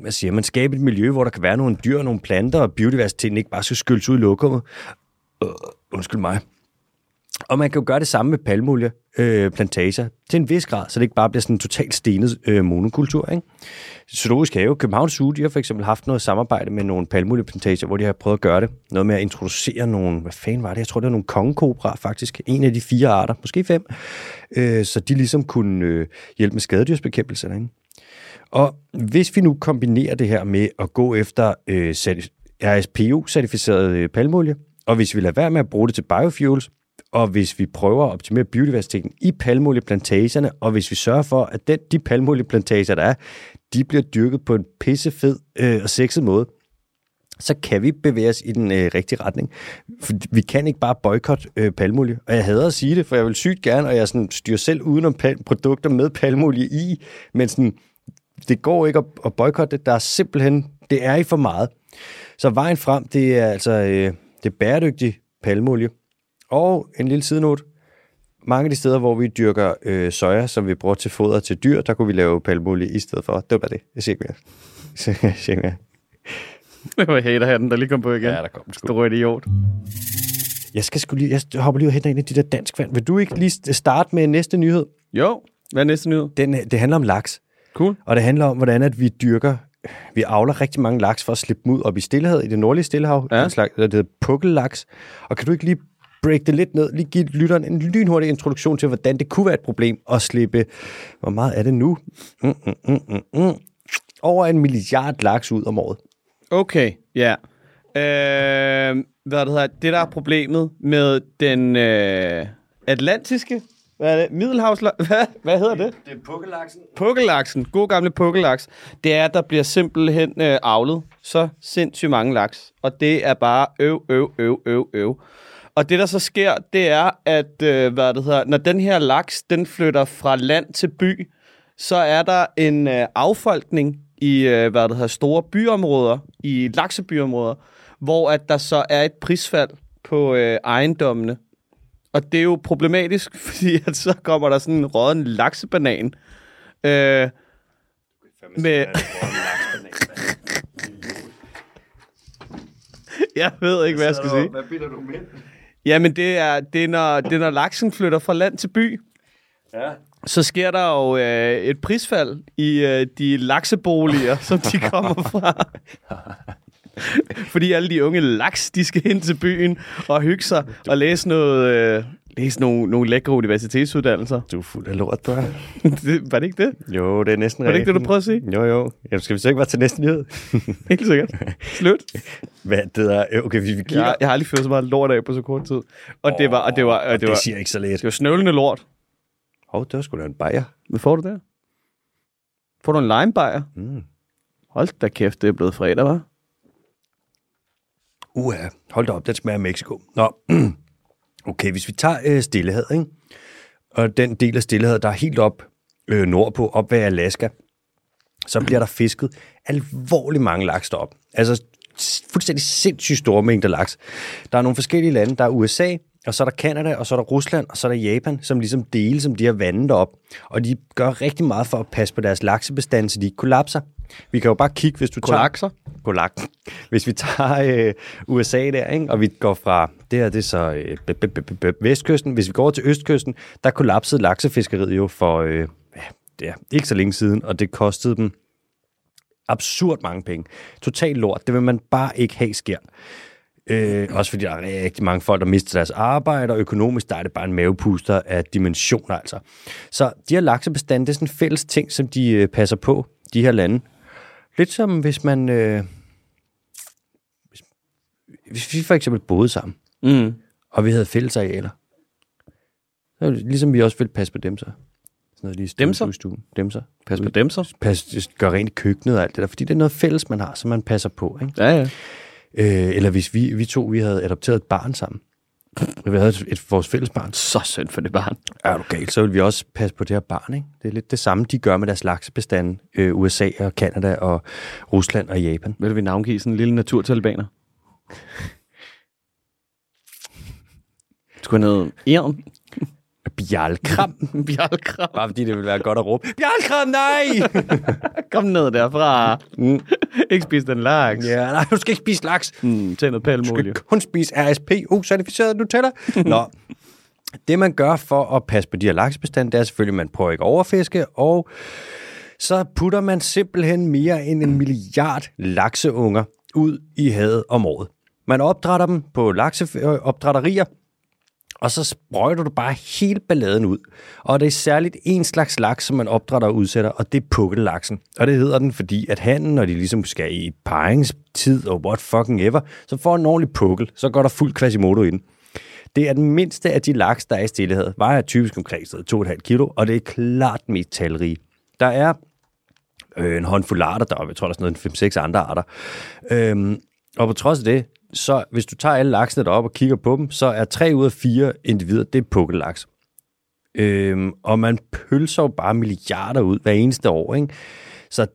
Speaker 1: hvad siger, man, skabe et miljø, hvor der kan være nogle dyr og nogle planter, og biodiversiteten ikke bare skal skyldes ud i lokummet. Undskyld mig. Og man kan jo gøre det samme med palmolie, øh, plantager, til en vis grad, så det ikke bare bliver sådan en totalt stenet øh, monokultur. Ikke? Zoologisk Have, Københavns Zoo, de har for eksempel haft noget samarbejde med nogle palmolieplantager, hvor de har prøvet at gøre det. Noget med at introducere nogle, hvad fanden var det? Jeg tror, det var nogle kongekobraer faktisk. En af de fire arter, måske fem. Øh, så de ligesom kunne øh, hjælpe med skadedyrsbekæmpelse. Ikke? Og hvis vi nu kombinerer det her med at gå efter øh, certi- RSPO-certificeret øh, palmolie, og hvis vi lader være med at bruge det til biofuels, og hvis vi prøver at optimere biodiversiteten i palmolieplantagerne, og hvis vi sørger for, at den, de palmolieplantager, der er, de bliver dyrket på en pissefed øh, og sexet måde, så kan vi bevæge os i den øh, rigtige retning. For vi kan ikke bare boykotte øh, palmolie. Og jeg hader at sige det, for jeg vil sygt gerne, og jeg sådan, styrer selv udenom pal- produkter med palmolie i, men sådan, det går ikke at, at boykotte det. Der er simpelthen, det er i for meget. Så vejen frem, det er altså øh, det er bæredygtig palmolie. Og en lille sidenote. Mange af de steder, hvor vi dyrker øh, soja, som vi bruger til foder til dyr, der kunne vi lave palmolie i stedet for. Det var bare det. Jeg siger ikke mere. Jeg siger ikke mere.
Speaker 2: Det var haterhatten, der lige kom på igen. Ja, der kom. Stor idiot.
Speaker 1: Jeg skal sgu lige, jeg hopper lige ud og henter en af de der dansk vand. Vil du ikke lige starte med næste nyhed?
Speaker 2: Jo, hvad er næste nyhed?
Speaker 1: Den, øh, det handler om laks.
Speaker 2: Cool.
Speaker 1: Og det handler om, hvordan at vi dyrker, vi avler rigtig mange laks for at slippe dem ud op i stillehavet, i det nordlige stillehav,
Speaker 2: Ja.
Speaker 1: ja. en slags, der hedder pukkellaks. Og kan du ikke lige break det lidt ned, lige give lytteren en lynhurtig introduktion til, hvordan det kunne være et problem at slippe, hvor meget er det nu? Mm, mm, mm, mm, mm. Over en milliard laks ud om året.
Speaker 2: Okay, ja. Øh, hvad det hedder, det der er problemet med den øh, atlantiske, hvad er det, middelhavsla... Hvad, hvad hedder det?
Speaker 1: Det er pukkellaksen.
Speaker 2: Pukkellaksen, god gamle pukkelaks, det er, at der bliver simpelthen øh, avlet så sindssygt mange laks. Og det er bare øv, øv, øv, øv, øv. Og det, der så sker, det er, at øh, hvad det hedder, når den her laks, den flytter fra land til by, så er der en øh, affolkning i øh, hvad det hedder, store byområder, i laksebyområder, hvor at der så er et prisfald på øh, ejendommene. Og det er jo problematisk, fordi at så kommer der sådan en rådden laksebanan, Øh, med... jeg ved ikke, hvad jeg skal sige.
Speaker 1: Hvad bilder du med?
Speaker 2: Jamen, det er, det er, når, det er, når laksen flytter fra land til by.
Speaker 1: Ja.
Speaker 2: Så sker der jo øh, et prisfald i øh, de lakseboliger, som de kommer fra. Fordi alle de unge laks, de skal hen til byen og hygge sig og læse, noget, øh, læse nogle, nogle lækre universitetsuddannelser.
Speaker 1: Du er fuld af lort, du er.
Speaker 2: Det- Var det ikke det?
Speaker 1: Jo, det er næsten
Speaker 2: Var det ikke det, du
Speaker 1: rigtigt.
Speaker 2: prøvede at sige?
Speaker 1: Jo, jo. Jamen, skal vi så ikke bare til næste nyhed?
Speaker 2: Helt sikkert. Slut.
Speaker 1: Hvad det der? Øh, Okay, vi vi kigger. Ja,
Speaker 2: Jeg, jeg har aldrig ført så meget lort af på så kort tid. Og det var, og det var, og det var,
Speaker 1: det siger ikke så let.
Speaker 2: det var snøvlende lort.
Speaker 1: Hov, det var sgu da en bajer.
Speaker 2: Hvad får du der? Får du en limebajer?
Speaker 1: Mm.
Speaker 2: Hold da kæft, det er blevet fredag, var.
Speaker 1: Uha, hold da op, den smager af Mexico. Nå, okay, hvis vi tager øh, stillehed, ikke? og den del af stillehed, der er helt op øh, nordpå, op ved Alaska, så bliver der fisket alvorligt mange laks derop. Altså s- fuldstændig sindssygt store mængder laks. Der er nogle forskellige lande. Der er USA, og så er der Kanada, og så er der Rusland, og så er der Japan, som ligesom deler som de her vande derop. Og de gør rigtig meget for at passe på deres laksebestand, så de ikke kollapser. Vi kan jo bare kigge, hvis du
Speaker 2: Kollapser?
Speaker 1: tager... Kollapser? Hvis vi tager øh, USA der, ikke? og vi går fra... Det her, det er så øh, b- b- b- b- vestkysten. Hvis vi går over til østkysten, der kollapsede laksefiskeriet jo for... Øh, ja, det er ikke så længe siden, og det kostede dem absurd mange penge. Total lort. Det vil man bare ikke have sker. Øh, også fordi der er rigtig mange folk, der mister deres arbejde, og økonomisk der er det bare en mavepuster af dimensioner altså. Så de her laksebestande, det er sådan en fælles ting, som de øh, passer på, de her lande. Lidt som hvis man... Øh, hvis- hvis vi for eksempel boede sammen,
Speaker 2: Mm.
Speaker 1: og vi havde fælles arealer. Så er det ligesom vi også ville passe på dem så. Sådan noget lige i stuen,
Speaker 2: Demser?
Speaker 1: ude i stuen. Dem så
Speaker 2: Pas på dem så.
Speaker 1: passe, gør rent i køkkenet og alt det der, fordi det er noget fælles, man har, som man passer på.
Speaker 2: Ja, ja.
Speaker 1: Ikke? Øh, eller hvis vi, vi to vi havde adopteret et barn sammen, vi havde et, et, vores fælles barn,
Speaker 2: Så synd for det barn.
Speaker 1: er du galt, så vil vi også passe på det her barn. Ikke? Det er lidt det samme, de gør med deres laksebestande, øh, USA og Kanada og Rusland og Japan.
Speaker 2: Vil vi navngive sådan en lille naturtalibaner? Skulle have noget Eren?
Speaker 1: Bjalkram,
Speaker 2: Bjarlkram.
Speaker 1: bare fordi det ville være godt at råbe, Bjalkram, nej!
Speaker 2: Kom ned derfra. Mm. ikke spise den laks.
Speaker 1: ja, nej, du skal ikke spise laks.
Speaker 2: Mm, tag noget palmolie.
Speaker 1: skal kun spise RSP, certificeret Nutella. Nå, det man gør for at passe på de her laksebestand, det er selvfølgelig, at man prøver ikke at overfiske, og så putter man simpelthen mere end en milliard lakseunger ud i havet om året. Man opdrætter dem på lakseopdrætterier, og så sprøjter du bare hele balladen ud. Og det er særligt en slags laks, som man opdrætter og udsætter, og det er pukkellaksen. Og det hedder den, fordi at han, når de ligesom skal i paringstid og what fucking ever, så får en ordentlig pukkel, så går der fuld quasimodo i den. Det er den mindste af de laks, der er i stillehed. Vejer typisk omkring sådan 2,5 kilo, og det er klart den mest talrige. Der er øh, en håndfuld arter deroppe. Jeg tror, der er sådan noget 5-6 andre arter. Øhm, og på trods af det, så hvis du tager alle laksene deroppe og kigger på dem, så er 3 ud af 4 individer, det er pukkellaks. Øhm, og man pølser jo bare milliarder ud hver eneste år, ikke? Så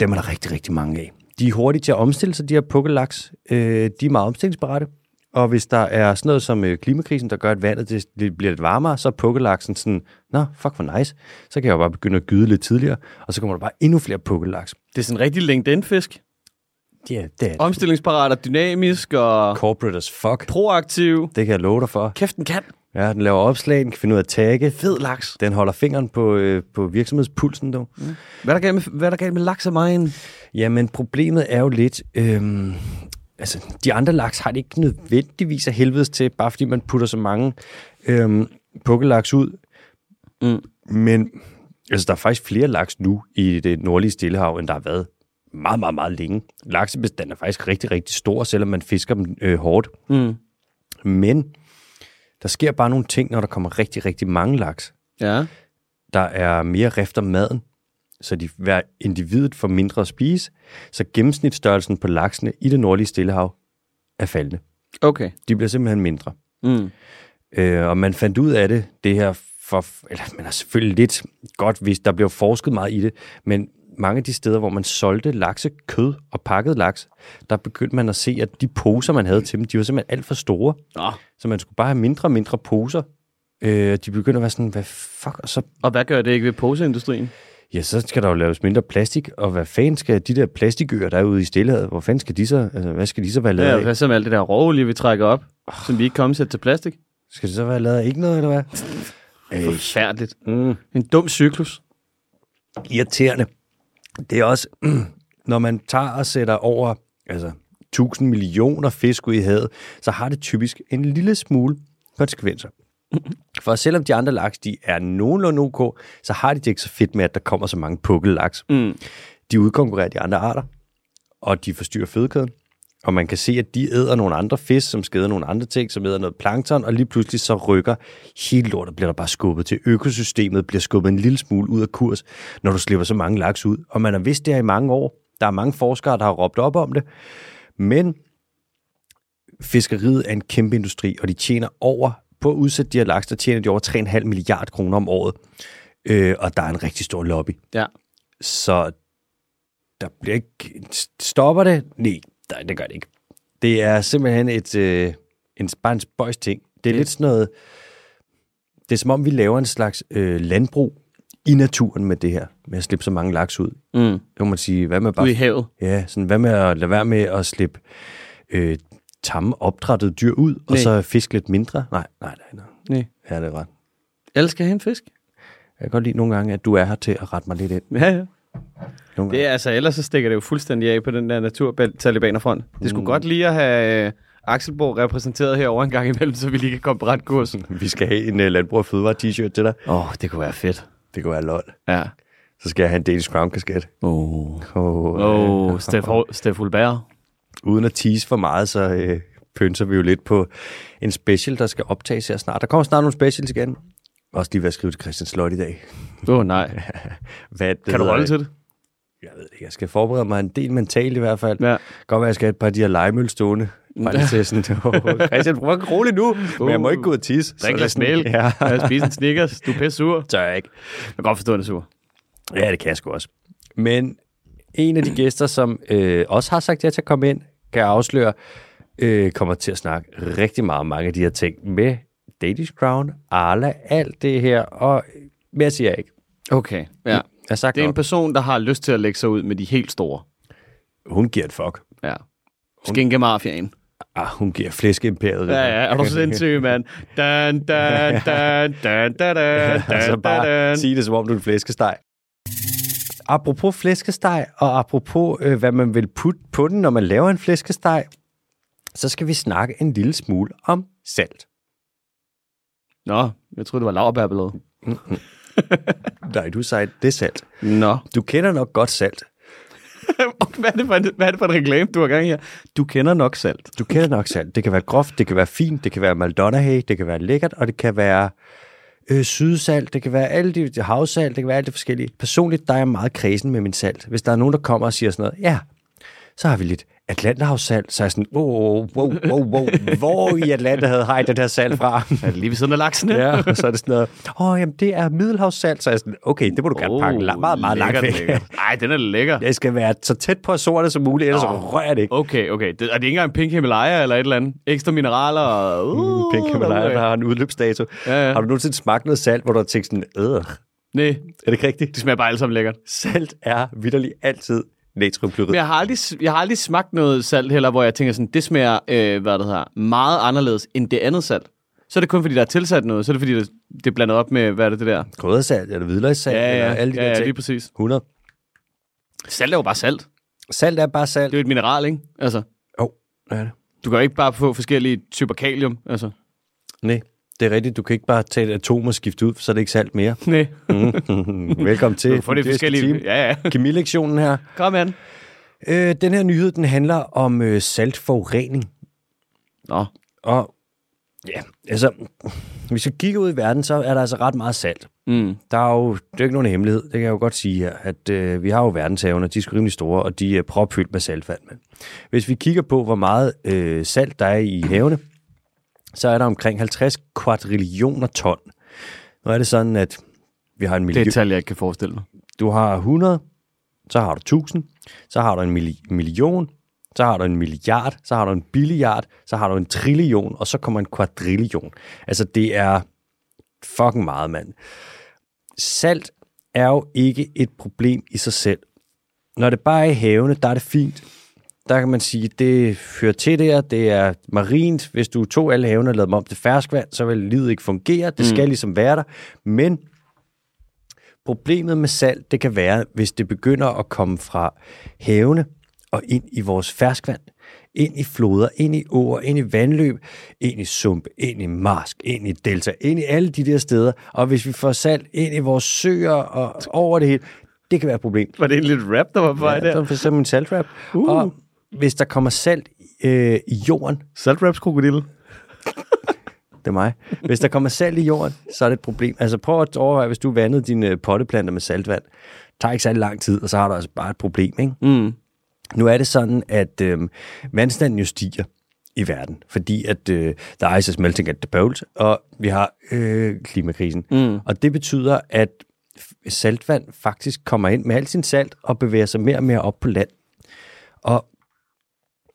Speaker 1: dem er der rigtig, rigtig mange af. De er hurtige til at omstille sig, de her pukkellaks. Øh, de er meget omstillingsparate. Og hvis der er sådan noget som øh, klimakrisen, der gør, at vandet det, det bliver lidt varmere, så er pukkellaksen sådan, nå, fuck hvor nice. Så kan jeg jo bare begynde at gyde lidt tidligere, og så kommer der bare endnu flere pukkellaks.
Speaker 2: Det er sådan en rigtig LinkedIn-fisk.
Speaker 1: Ja, det er
Speaker 2: Omstillingsparat og dynamisk og
Speaker 1: corporate as fuck.
Speaker 2: proaktiv.
Speaker 1: Det kan jeg love dig for.
Speaker 2: Kæft, den kan.
Speaker 1: Ja, den laver opslag, den kan finde ud af at tagge.
Speaker 2: Fed laks.
Speaker 1: Den holder fingeren på, øh, på virksomhedspulsen, dog. Mm.
Speaker 2: Hvad er der galt med, hvad er der galt med laks og magen?
Speaker 1: Jamen, problemet er jo lidt... Øh, altså, de andre laks har det ikke nødvendigvis af helvedes til, bare fordi man putter så mange øh, pukkelaks ud. Mm. Men altså, der er faktisk flere laks nu i det nordlige Stillehav, end der har været meget, meget, meget længe. Laksebestanden er faktisk rigtig, rigtig stor, selvom man fisker dem øh, hårdt.
Speaker 2: Mm.
Speaker 1: Men der sker bare nogle ting, når der kommer rigtig, rigtig mange laks.
Speaker 2: Ja.
Speaker 1: Der er mere rift om maden, så de, hver individet får mindre at spise, så gennemsnitsstørrelsen på laksene i det nordlige Stillehav er faldende.
Speaker 2: Okay.
Speaker 1: De bliver simpelthen mindre.
Speaker 2: Mm.
Speaker 1: Øh, og man fandt ud af det, det her for, eller man har selvfølgelig lidt godt hvis der blev forsket meget i det, men mange af de steder, hvor man solgte laksekød og pakket laks, der begyndte man at se, at de poser, man havde til dem, de var simpelthen alt for store.
Speaker 2: Nå.
Speaker 1: Så man skulle bare have mindre og mindre poser. Øh, de begynder at være sådan, hvad fuck, og så,
Speaker 2: Og hvad gør det ikke ved poseindustrien?
Speaker 1: ja, så skal der jo laves mindre plastik, og hvad fanden skal de der plastikøer, der er ude i stillehavet, hvor fanden skal de så, altså, hvad skal de så være lavet
Speaker 2: Ja,
Speaker 1: ja,
Speaker 2: hvad
Speaker 1: af?
Speaker 2: så med alt det der råolie, vi trækker op, som vi ikke kommer til til plastik?
Speaker 1: Skal det så være lavet af ikke noget, eller hvad? Øh,
Speaker 2: Forfærdeligt.
Speaker 1: mm.
Speaker 2: En dum cyklus.
Speaker 1: irriterende. Det er også, når man tager og sætter over altså, 1000 millioner fisk ud i havet, så har det typisk en lille smule konsekvenser. For selvom de andre laks, de er nogenlunde ok, så har de det ikke så fedt med, at der kommer så mange pukkellaks.
Speaker 2: Mm.
Speaker 1: De udkonkurrerer de andre arter, og de forstyrrer fødekæden. Og man kan se, at de æder nogle andre fisk, som skader nogle andre ting, som æder noget plankton, og lige pludselig så rykker hele lortet, bliver der bare skubbet til. Økosystemet bliver skubbet en lille smule ud af kurs, når du slipper så mange laks ud. Og man har vidst det her i mange år. Der er mange forskere, der har råbt op om det. Men fiskeriet er en kæmpe industri, og de tjener over, på at udsætte de her laks, der tjener de over 3,5 milliard kroner om året. Øh, og der er en rigtig stor lobby.
Speaker 2: Ja.
Speaker 1: Så der bliver ikke... Stopper det? Nej, nej det gør det ikke. Det er simpelthen et, øh, en, bare en spøjs ting. Det er
Speaker 2: Ja.
Speaker 1: lidt sådan noget... Det er som om, vi laver en slags øh, landbrug i naturen med det her, med at slippe så mange laks ud.
Speaker 2: Mm.
Speaker 1: Det må man sige, hvad med bare...
Speaker 2: Ude i havet.
Speaker 1: Ja, sådan, hvad med at lade være med at slippe øh, tamme opdrættede dyr ud, og
Speaker 2: Nej.
Speaker 1: så fiske lidt mindre? Nej, nej, nej, nej.
Speaker 2: Nej.
Speaker 1: Ja, det er ret.
Speaker 2: Alle skal have en fisk.
Speaker 1: Jeg kan godt lide nogle gange, at du er her til at rette mig lidt ind.
Speaker 2: Ja, ja.
Speaker 1: Nogle gange.
Speaker 2: Det er altså, ellers så stikker det jo fuldstændig af på den der naturtalibanerfront. Det skulle mm. godt lige at have øh, Axelborg repræsenteret herover en gang imellem, så vi lige kan komme på ret kurs. Åh,
Speaker 1: Vi skal have en uh, landbrug og fødevare t-shirt til dig.
Speaker 2: oh, det kunne være fedt.
Speaker 1: Det kunne være lol.
Speaker 2: Ja.
Speaker 1: Så skal jeg have en Danish Crown kasket.
Speaker 2: Åh, oh.
Speaker 1: Og,
Speaker 2: oh, Steff, Steff Hulberg.
Speaker 1: uden at tease for meget, så øh, pynser vi jo lidt på en special, der skal optages her snart. Der kommer snart nogle specials igen. Også lige ved at skrive til Christian Slot i dag.
Speaker 2: Åh oh, nej.
Speaker 1: Hvad, det
Speaker 2: Kan du
Speaker 1: hedder,
Speaker 2: holde til det?
Speaker 1: Jeg ved det ikke. Jeg skal forberede mig en del mentalt i hvert fald.
Speaker 2: Ja.
Speaker 1: Godt være, at jeg skal have et par af de her legemøl stående. Bare lige til sådan, "Åh, Christian, prøv at roligt nu. Men jeg må ikke gå ud og tisse. Så er
Speaker 2: Drik
Speaker 1: det
Speaker 2: lidt
Speaker 1: sådan,
Speaker 2: mælk.
Speaker 1: Ja,
Speaker 2: Ja. Spis en Snickers. Du er pisse sur.
Speaker 1: tør jeg ikke.
Speaker 2: Jeg kan godt forstå, at du er sur.
Speaker 1: Ja, det kan jeg sgu også. Men en af de gæster, som øh, også har sagt ja til at komme ind, kan jeg afsløre, øh, kommer til at snakke rigtig meget om mange af de her ting med Danish Crown, Arla, alt det her, og mere siger jeg ikke.
Speaker 2: Okay. Ja.
Speaker 1: Jeg har sagt
Speaker 2: Det er en
Speaker 1: nok.
Speaker 2: person, der har lyst til at lægge sig ud med de helt store.
Speaker 1: Hun giver et fuck.
Speaker 2: Ja. Skinkemafiaen.
Speaker 1: Ah, hun giver flæskeimperiet.
Speaker 2: Ja, ja, er du sindssyg, mand? Dan, dan, dan, dan, dan, dan,
Speaker 1: altså
Speaker 2: dan,
Speaker 1: bare
Speaker 2: dan,
Speaker 1: sige det, som om du er en flæskesteg. Apropos flæskesteg, og apropos, øh, hvad man vil putte på den, når man laver en flæskesteg, så skal vi snakke en lille smule om salt.
Speaker 2: Nå, jeg troede, det var laverbærbelad.
Speaker 1: Nej, du sagde, det er salt.
Speaker 2: Nå.
Speaker 1: Du kender nok godt salt.
Speaker 2: hvad, er det for en, hvad er det for en reklame, du har gang i her? Du kender nok salt.
Speaker 1: Du kender nok salt. Det kan være groft, det kan være fint, det kan være Maldonahage, det kan være lækkert, og det kan være øh, sydsalt, det kan være alle de de havsalt, det kan være alle de forskellige. Personligt, der er jeg meget kredsen med min salt. Hvis der er nogen, der kommer og siger sådan noget, ja, så har vi lidt Atlanterhavssalt, så er jeg sådan, wow, wow, wow, wow, wow, hvor i Atlanterhavet har I den her salt fra?
Speaker 2: Er det lige ved siden af laksene?
Speaker 1: ja, og så er det sådan noget, åh, oh, jamen det er middelhavssalt, så er jeg sådan, okay, det må du gerne
Speaker 2: Oh,
Speaker 1: pakke la- meget, meget langt væk.
Speaker 2: Nej, den er lækker.
Speaker 1: Det skal være så tæt på sorte som muligt, ellers oh. rører jeg det ikke.
Speaker 2: Okay, okay. Det, er det ikke engang pink Himalaya eller et eller andet? Ekstra mineraler og... Uh,
Speaker 1: Mm, Pink Himalaya, der har en udløbsdato.
Speaker 2: Ja, ja.
Speaker 1: Har du nogensinde smagt noget salt, hvor du har tænkt sådan, øh,
Speaker 2: Nej,
Speaker 1: er det ikke rigtigt?
Speaker 2: det smager bare alle sammen lækkert.
Speaker 1: Salt er vidderligt altid natriumklorid.
Speaker 2: Men
Speaker 1: Ja.
Speaker 2: jeg har, aldrig, jeg har aldrig smagt noget salt heller, hvor jeg tænker sådan, det smager, øh, hvad det hedder, meget anderledes end det andet salt. Så er det kun fordi, der er tilsat noget. Så er det fordi, det, det er blandet op med, hvad er det, det der?
Speaker 1: Kryddersalt, eller hvidløgssalt,
Speaker 2: Ja, ja,
Speaker 1: eller alle de
Speaker 2: ja,
Speaker 1: der
Speaker 2: ja,
Speaker 1: ting.
Speaker 2: lige præcis.
Speaker 1: 100.
Speaker 2: Salt er jo bare salt.
Speaker 1: Salt er bare salt.
Speaker 2: Det er jo et mineral, ikke? Altså,
Speaker 1: Jo, det er det.
Speaker 2: du kan jo ikke bare få forskellige typer kalium. Altså.
Speaker 1: Nej, det er rigtigt. Du kan ikke bare tage et atom og skifte ud, så er det ikke salt mere. Mm,
Speaker 2: Nej,
Speaker 1: Velkommen til.
Speaker 2: du får det
Speaker 1: den dyreste
Speaker 2: forskellige.
Speaker 1: time.
Speaker 2: Ja, ja.
Speaker 1: Kemilektionen her.
Speaker 2: Kom an.
Speaker 1: Øh, den her nyhed, den handler om øh, saltforurening.
Speaker 2: Nå,
Speaker 1: Og ja, altså, hvis vi kigger ud i verden, så er der altså ret meget salt.
Speaker 2: mm.
Speaker 1: Der er jo, det er jo ikke nogen hemmelighed, det kan jeg jo godt sige her, at øh, vi har jo verdenshavene, de er sgu rimelig store, og de er propfyldt med saltvand. Men hvis vi kigger på, hvor meget øh, salt der er i havene, så er der omkring 50 kvadrillioner ton. Nu er det sådan, at vi har en
Speaker 2: det er
Speaker 1: million.
Speaker 2: et tal, jeg ikke kan forestille mig.
Speaker 1: Du har 100, så har du 1000, så har du en milli- million, så har du en milliard, så har du en billiard, så har du en trillion, og så kommer en kvadrillion. Altså, det er fucking meget, mand. Salt er jo ikke et problem i sig selv. Når det bare er i havene, der er det fint. Der kan man sige, det hører til der, det er marint. Hvis du tog alle havene og lavede dem om til ferskvand, så vil livet ikke fungere. Det skal ligesom være der. Men Problemet med salt, det kan være, hvis det begynder at komme fra havene og ind i vores ferskvand, ind i floder, ind i åer, ind i vandløb, ind i sump, ind i marsk, ind i delta, ind i alle de der steder. Og hvis vi får salt ind i vores søer og over det hele, det kan være et problem.
Speaker 2: Var det en lille rap, der var på vej
Speaker 1: Ja,
Speaker 2: der?
Speaker 1: det er simpelthen en saltrap. Uh. Og hvis der kommer salt øh, i jorden,
Speaker 2: Saltraps krokodille.
Speaker 1: det er mig. Hvis der kommer salt i jorden, så er det et problem. Altså prøv at overveje, hvis du vandede dine øh, potteplanter med saltvand. Det tager ikke særlig lang tid, og så har du altså bare et problem, ikke?
Speaker 2: Mm.
Speaker 1: Nu er det sådan, at øh, vandstanden jo stiger, i verden, fordi at øh, the ice is melting at the poles, og vi har øh, klimakrisen. Mm. Og det betyder, at f- saltvand faktisk kommer ind med al sin salt og bevæger sig mere og mere op på land. Og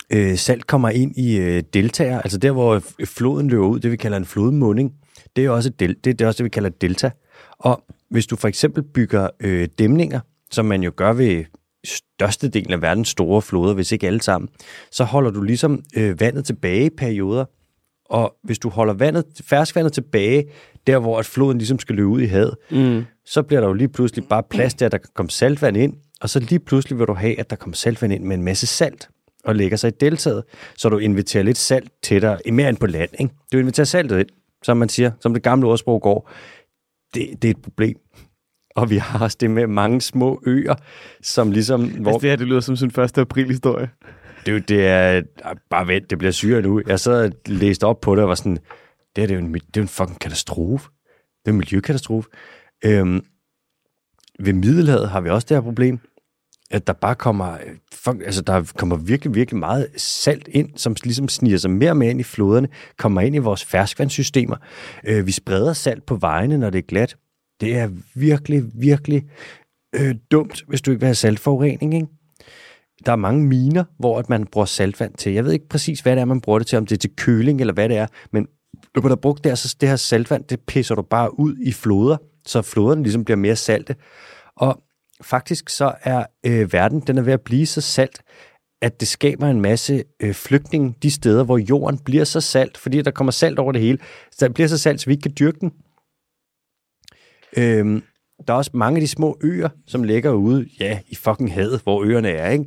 Speaker 1: øh, salt kommer ind i øh, deltager, altså der, hvor f- floden løber ud, det vi kalder en flodmunding, det er også, et del, det, det er også det, vi kalder et delta. Og hvis du for eksempel bygger øh, dæmninger, som man jo gør ved størstedelen af verdens store floder, hvis ikke alle sammen, så holder du ligesom øh, vandet tilbage i perioder. Og hvis du holder vandet, ferskvandet tilbage, der hvor at floden ligesom skal løbe ud i havet, mm. så bliver der jo lige pludselig bare plads til, at der kan komme saltvand ind, og så lige pludselig vil du have, at der kommer saltvand ind med en masse salt og lægger sig i deltaget, så du inviterer lidt salt til dig, mere end på land. Ikke? Du inviterer saltet ind, som man siger, som det gamle ordsprog går. Det, det er et problem. Og vi har også det med mange små øer, som ligesom...
Speaker 2: Hvor... Altså, det her, det lyder som sin 1. april-historie.
Speaker 1: Det, er jo- det er... Ej, Bare vent, det bliver syre nu. Jeg sad og læste op på det og var sådan, det her det er jo en, mi- det er jo en fucking katastrofe. Det er en miljøkatastrofe. Øhm, ved Middelhavet har vi også det her problem, at der bare kommer, øh, fuck, altså der kommer virkelig, virkelig meget salt ind, som ligesom sniger sig mere og mere ind i floderne, kommer ind i vores ferskvandssystemer. Øh, vi spreder salt på vejene, når det er glat. Det er virkelig, virkelig øh, dumt, hvis du ikke vil have saltforurening, ikke? der er mange miner, hvor at man bruger saltvand til. Jeg ved ikke præcis, hvad det er, man bruger det til, om det er til køling eller hvad det er, men når man har brugt det, her, så det her saltvand, det pisser du bare ud i floder, så floderne ligesom bliver mere salte. Og faktisk så er øh, verden, den er ved at blive så salt, at det skaber en masse øh, flygtninge de steder, hvor jorden bliver så salt, fordi der kommer salt over det hele. Så den bliver så salt, så vi ikke kan dyrke den. Øhm, der er også mange af de små øer, som ligger ude, ja, i fucking havet, hvor øerne er, ikke?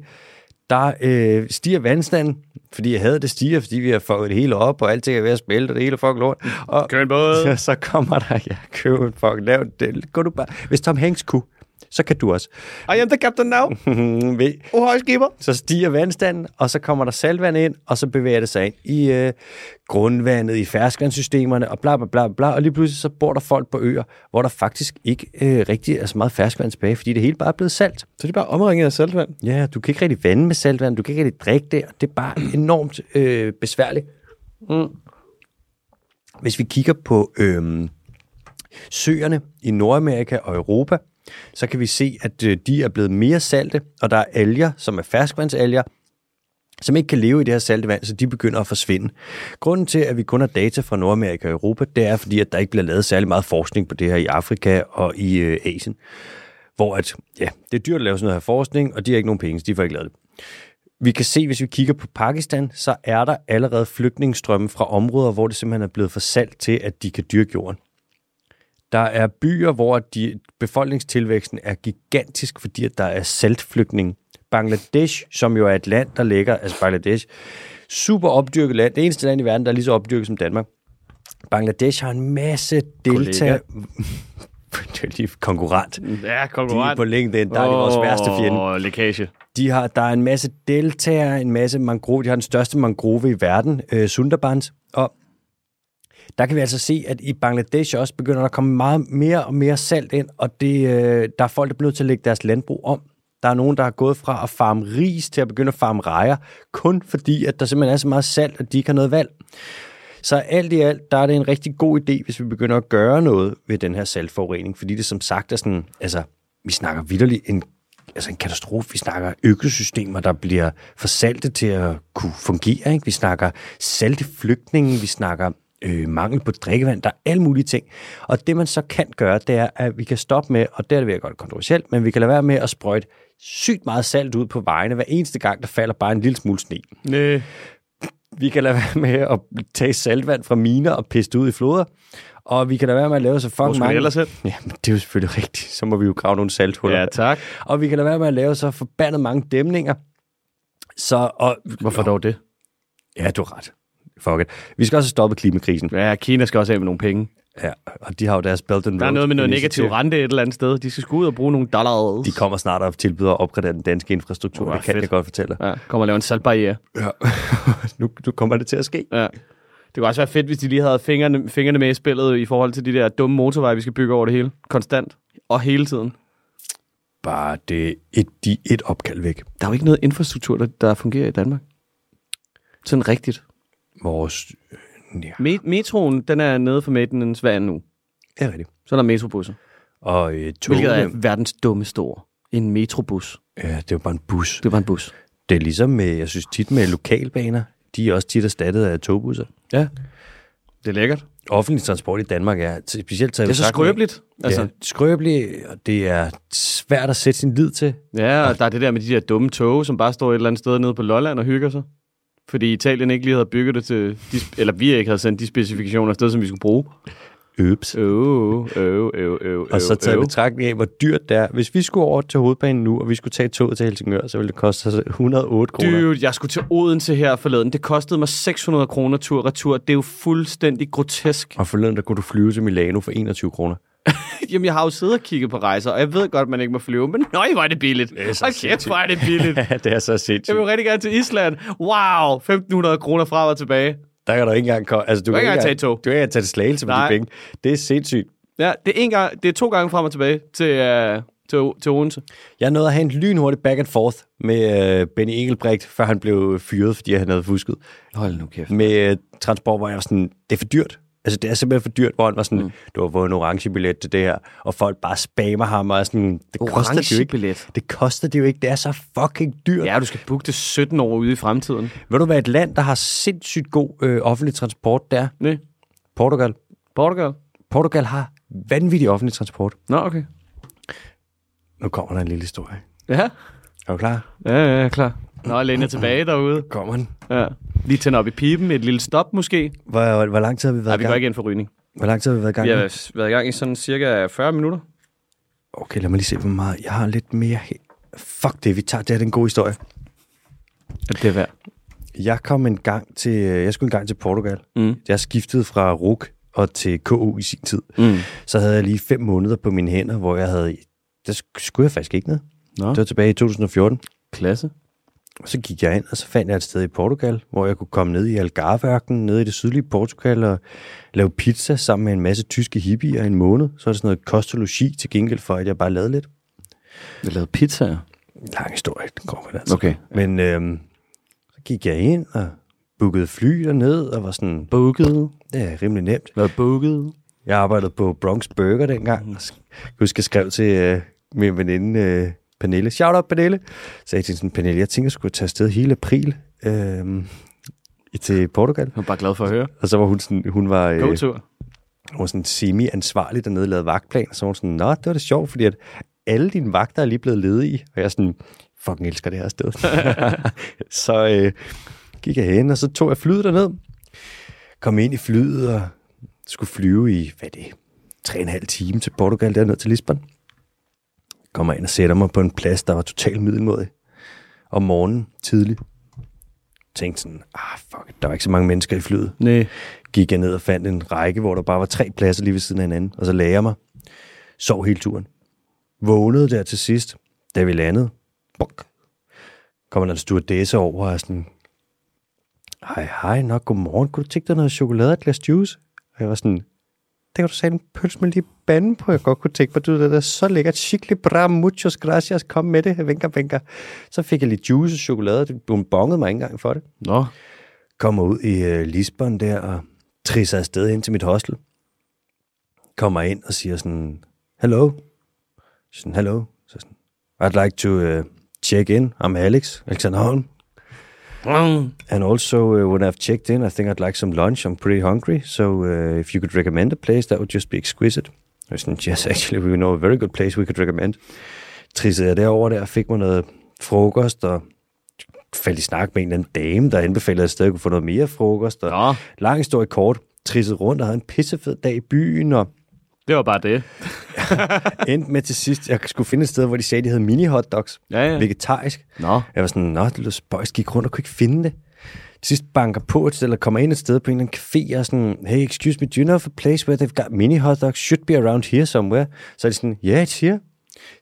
Speaker 1: Der øh, stiger vandstanden, fordi havet det stiger, fordi vi har fået det hele op, og alting er ved at smelte, og det hele er fucking lort. Og
Speaker 2: Køb en båd.
Speaker 1: så, så kommer der, ja, køb en fucking lav det. Går du bare, hvis Tom Hanks kunne, så kan du også.
Speaker 2: I am the captain now.
Speaker 1: Ved-
Speaker 2: Oh, højskiber.
Speaker 1: så stiger vandstanden, og så kommer der saltvand ind, og så bevæger det sig ind i øh, grundvandet, i ferskvandssystemerne, og bla bla bla bla, og lige pludselig så bor der folk på øer, hvor der faktisk ikke øh, rigtig er så meget ferskvand tilbage, fordi det hele bare er blevet salt.
Speaker 2: Så de er bare omringet af saltvand.
Speaker 1: Ja, du kan ikke rigtig vande med saltvand, du kan ikke rigtig drikke det, og det er bare enormt øh, besværligt. Mm. Hvis vi kigger på øh, søerne i Nordamerika og Europa, så kan vi se, at øh, de er blevet mere salte, og der er alger, som er ferskvandsalger, som ikke kan leve i det her salte vand, så de begynder at forsvinde. Grunden til, at vi kun har data fra Nordamerika og Europa, det er fordi, at der ikke bliver lavet særlig meget forskning på det her i Afrika og i øh, Asien hvor at, ja, det er dyrt at lave sådan noget her forskning, og de har ikke nogen penge, så de får ikke lavet det. Vi kan se, hvis vi kigger på Pakistan, så er der allerede flygtningestrømme fra områder, hvor det simpelthen er blevet for salt til, at de kan dyrke jorden. Der er byer, hvor de, befolkningstilvæksten er gigantisk, fordi at der er saltflygtninge. Bangladesh, som jo er et land, der ligger, altså Bangladesh, super opdyrket land, det eneste land i verden, der er lige så opdyrket som Danmark. Bangladesh har en masse delta... det er lige konkurrent.
Speaker 2: Ja,
Speaker 1: De er
Speaker 2: konkurrent.
Speaker 1: på LinkedIn, der er de vores værste fjende.
Speaker 2: Åh, lækage.
Speaker 1: De har, der er en masse deltager, en masse mangrove. De har den største mangrove i verden, øh, Sundarbans. Og der kan vi altså se, at i Bangladesh også begynder der at komme meget mere og mere salt ind, og det, øh, der er folk, der bliver nødt til at lægge deres landbrug om. Der er nogen, der har gået fra at farme ris til at begynde at farme rejer, kun fordi, at der simpelthen er så meget salt, at de ikke har noget valg. Så alt i alt, der er det en rigtig god idé, hvis vi begynder at gøre noget ved den her saltforurening, fordi det som sagt er sådan, altså, vi snakker vidderligt en, altså en katastrofe. Vi snakker økosystemer, der bliver for salte til at kunne fungere. Ikke? Vi snakker salte flygtninge, vi snakker øh, mangel på drikkevand, der er alle mulige ting. Og det man så kan gøre, det er, at vi kan stoppe med, og der er det ved at gøre det kontroversielt, men vi kan lade være med at sprøjte sygt meget salt ud på vejene, hver eneste gang, der falder bare en lille smule sne.
Speaker 2: Næh.
Speaker 1: Vi kan lade være med at tage saltvand fra miner og piste ud i floder. Og vi kan lade være med at lave så fucking
Speaker 2: skulle vi
Speaker 1: mange...
Speaker 2: ellers hen?
Speaker 1: Ja, men det er jo selvfølgelig rigtigt. Så må vi jo grave nogle salthuller.
Speaker 2: Ja, tak.
Speaker 1: Og vi kan lade være med at lave så forbandet mange dæmninger. Så, og,
Speaker 2: Hvorfor dog det?
Speaker 1: Ja, du har ret. Fuck it. Vi skal også stoppe klimakrisen.
Speaker 2: Ja, Kina skal også af med nogle penge.
Speaker 1: Ja, og de har jo deres Belt and Road.
Speaker 2: Der er noget med noget
Speaker 1: initiativ.
Speaker 2: negativ rente et eller andet sted. De skal sgu ud og bruge nogle dollars.
Speaker 1: De kommer snart og tilbyder at opgradere den danske infrastruktur.
Speaker 2: Hvor
Speaker 1: det kan
Speaker 2: fedt.
Speaker 1: jeg godt fortælle dig.
Speaker 2: Ja, kommer og lave en saltbarriere.
Speaker 1: Ja. nu, nu kommer det til at ske.
Speaker 2: Ja. Det kunne også være fedt, hvis de lige havde fingrene, fingrene med i spillet i forhold til de der dumme motorveje, vi skal bygge over det hele. Konstant. Og hele tiden.
Speaker 1: Bare det et, de et opkald væk.
Speaker 2: Der er jo ikke noget infrastruktur, der, der fungerer i Danmark. Sådan rigtigt.
Speaker 1: vores... Ja,
Speaker 2: Me- metroen, den er nede for Mættenens hver nu.
Speaker 1: det er rigtigt.
Speaker 2: Så er der metrobusser.
Speaker 1: Og øh,
Speaker 2: Hvilket
Speaker 1: togene,
Speaker 2: er verdens dummeste ord. En metrobus.
Speaker 1: ja, det er jo bare en bus.
Speaker 2: Det er bare en bus.
Speaker 1: Det er ligesom, med, jeg synes tit med lokalbaner, de er også tit erstattet af togbusser.
Speaker 2: Ja. Det er lækkert.
Speaker 1: Offentlig transport i Danmark er specielt taget
Speaker 2: Det er så skrøbeligt.
Speaker 1: Altså.
Speaker 2: Altså,
Speaker 1: Ja, skrøbeligt, og det er svært at sætte sin lid til.
Speaker 2: Ja, og der er det der med de der dumme tog, som bare står et eller andet sted nede på Lolland og hygger sig. Fordi Italien ikke lige havde bygget det til, de, sp- eller vi ikke havde sendt de specifikationer afsted, som vi skulle bruge.
Speaker 1: Øps.
Speaker 2: Øv, øv, øv, øv,
Speaker 1: Og så tager
Speaker 2: øv.
Speaker 1: vi betragtning af, hvor dyrt det er. Hvis vi skulle over til hovedbanen nu, og vi skulle tage toget til Helsingør, så ville det koste os 108 kroner.
Speaker 2: Dude, jeg skulle til Odense her forleden. Det kostede mig 600 kroner tur og retur. Det er jo fuldstændig grotesk.
Speaker 1: Og forleden, der kunne du flyve til Milano for 21 kroner.
Speaker 2: Jamen, jeg har jo siddet og kigget på rejser, og jeg ved godt, man ikke må flyve, men nøj, hvor er det billigt.
Speaker 1: Det er så
Speaker 2: Hold kæft, hvor er det billigt.
Speaker 1: Ja, det er så
Speaker 2: Jeg
Speaker 1: sindssygt.
Speaker 2: vil rigtig gerne til Island. Wow, 1500 kroner fra og tilbage.
Speaker 1: Der kan du ikke engang komme. Altså, du,
Speaker 2: kan ikke engang tage et
Speaker 1: engang,
Speaker 2: tog.
Speaker 1: du kan ikke engang tage til slagelse med de
Speaker 2: Nej.
Speaker 1: penge. Det er sindssygt.
Speaker 2: Ja, det er, en gang, det er to gange frem og tilbage til, øh, til, til Odense.
Speaker 1: Jeg nåede at have en lynhurtig back and forth med øh, Benny Engelbrecht, før han blev fyret, fordi han havde fusket.
Speaker 2: Hold nu kæft.
Speaker 1: Med øh, transport, hvor jeg var sådan, det er for dyrt. Altså, det er simpelthen for dyrt, hvor han var sådan, mm. du har fået en orange billet til det her, og folk bare spammer ham, og er sådan, det koster det jo ikke.
Speaker 2: billet.
Speaker 1: Det koster det jo ikke. Det er så fucking dyrt.
Speaker 2: Ja, du skal booke det 17 år ude i fremtiden.
Speaker 1: Vil du være et land, der har sindssygt god øh, offentlig transport, der?
Speaker 2: Nej.
Speaker 1: Portugal.
Speaker 2: Portugal?
Speaker 1: Portugal har vanvittig offentlig transport.
Speaker 2: Nå, okay.
Speaker 1: Nu kommer der en lille historie.
Speaker 2: Ja,
Speaker 1: Er du klar?
Speaker 2: ja, ja, jeg er klar. Nå, læn jer tilbage derude.
Speaker 1: Kommer den.
Speaker 2: Ja. Lige tænde op i pipen, et lille stop måske.
Speaker 1: Hvor, hvor lang tid har vi
Speaker 2: Nej,
Speaker 1: været
Speaker 2: vi
Speaker 1: i
Speaker 2: går
Speaker 1: gang?
Speaker 2: ikke ind for rygning.
Speaker 1: Hvor lang tid har vi været i gang?
Speaker 2: Vi
Speaker 1: nu?
Speaker 2: har været i gang i sådan cirka 40 minutter.
Speaker 1: Okay, lad mig lige se, hvor meget. Jeg har lidt mere... he- Fuck det, vi tager det her, det er en god historie.
Speaker 2: Ja, det er værd.
Speaker 1: Jeg kom en gang til... øh, Jeg skulle en gang til Portugal.
Speaker 2: Mm.
Speaker 1: Jeg skiftede fra RUK og til KU i sin tid.
Speaker 2: Mm.
Speaker 1: Så havde jeg lige fem måneder på mine hænder, hvor jeg havde... Der sk- skulle jeg faktisk ikke ned.
Speaker 2: Nå.
Speaker 1: Det var tilbage i 2014.
Speaker 2: Klasse.
Speaker 1: Så gik jeg ind, og så fandt jeg et sted i Portugal, hvor jeg kunne komme ned i Algarve-ørkenen, ned i det sydlige Portugal, og lave pizza sammen med en masse tyske hippier i en måned. Så er det sådan noget kostologi til gengæld for, at jeg bare lavede lidt.
Speaker 2: Jeg lavede pizzaer.
Speaker 1: Lang historie, den kommer altså.
Speaker 2: Okay.
Speaker 1: Men øhm, så gik jeg ind og bookede fly derned, og var sådan,
Speaker 2: Booket.
Speaker 1: det er rimelig nemt.
Speaker 2: Været booket.
Speaker 1: Jeg arbejdede på Bronx Burger dengang. Mm. Jeg kan huske, jeg skrev til øh, min veninde øh, Pernille. Shout out, Pernille. Så jeg tænkte sådan, Pernille, jeg tænker, jeg skulle tage afsted hele april øh, til Portugal.
Speaker 2: Jeg er bare glad for at høre.
Speaker 1: Og så var hun sådan, hun var, øh,
Speaker 2: God
Speaker 1: hun
Speaker 2: tur.
Speaker 1: var sådan semi-ansvarlig dernede, lavede vagtplan, og så var hun sådan, nå, det var da sjovt, fordi at alle dine vagter er lige blevet ledige, og jeg er sådan, fucking elsker det her sted. så øh, gik jeg hen, og så tog jeg flyet derned, kom ind i flyet og skulle flyve i, hvad er det, tre og en halv time til Portugal, derned til Lisbon. Kommer ind og sætter mig på en plads, der var totalt middelmodig. Om morgenen, tidligt. Tænkte sådan, ah fuck, it, der var ikke så mange mennesker i flyet
Speaker 2: Nej.
Speaker 1: gik jeg ned og fandt en række, hvor der bare var tre pladser lige ved siden af hinanden, og så lagde jeg mig. Sov hele turen. Vågnede der til sidst, da vi landede. Bok. Kommer der en stewardesse over og er sådan, hej, hej, nok godmorgen, kunne du tænke dig noget chokolade og et glas juice? Og jeg var sådan, det kan du sige en pølse med lige banden på, jeg godt kunne tænke mig, du det er så lækkert, chicle bra, muchos gracias, kom med det, vinker, vinker. Så fik jeg lidt juice og chokolade, og hun bongede mig ikke engang for det
Speaker 2: Nå.
Speaker 1: kommer ud i øh, Lisbon der og trisser afsted hen til mit hostel. Kommer ind og siger sådan, hello. Sådan, hello. Så sådan, I'd like to uh, check in. I'm Alex, Alexander Holm. And also, uh, when I've checked in, I think I'd like some lunch. I'm pretty hungry. So uh, if you could recommend a place, that would just be exquisite. I was sådan, yes, actually, we know a very good place we could recommend. Trissede jeg derover der, fik mig noget frokost, og faldt i snak med en eller anden dame, der anbefalede, at jeg stadig kunne få noget mere frokost. Og
Speaker 2: Nå.
Speaker 1: lang historie kort, trissede rundt og havde en pissefed dag i byen, og
Speaker 2: Det var bare det.
Speaker 1: endte med til sidst, jeg skulle finde et sted, hvor de sagde, de havde mini hotdogs,
Speaker 2: Ja, ja.
Speaker 1: vegetarisk.
Speaker 2: Nå.
Speaker 1: Jeg var sådan, nå, det lød spøjst, gik rundt og kunne ikke finde det. Til sidst banker på et sted, eller kommer ind et sted på en eller anden café, og sådan, hey, excuse me, do you know of a place where they've got mini hot dogs? Should be around here somewhere. Så er de sådan, yeah, it's here.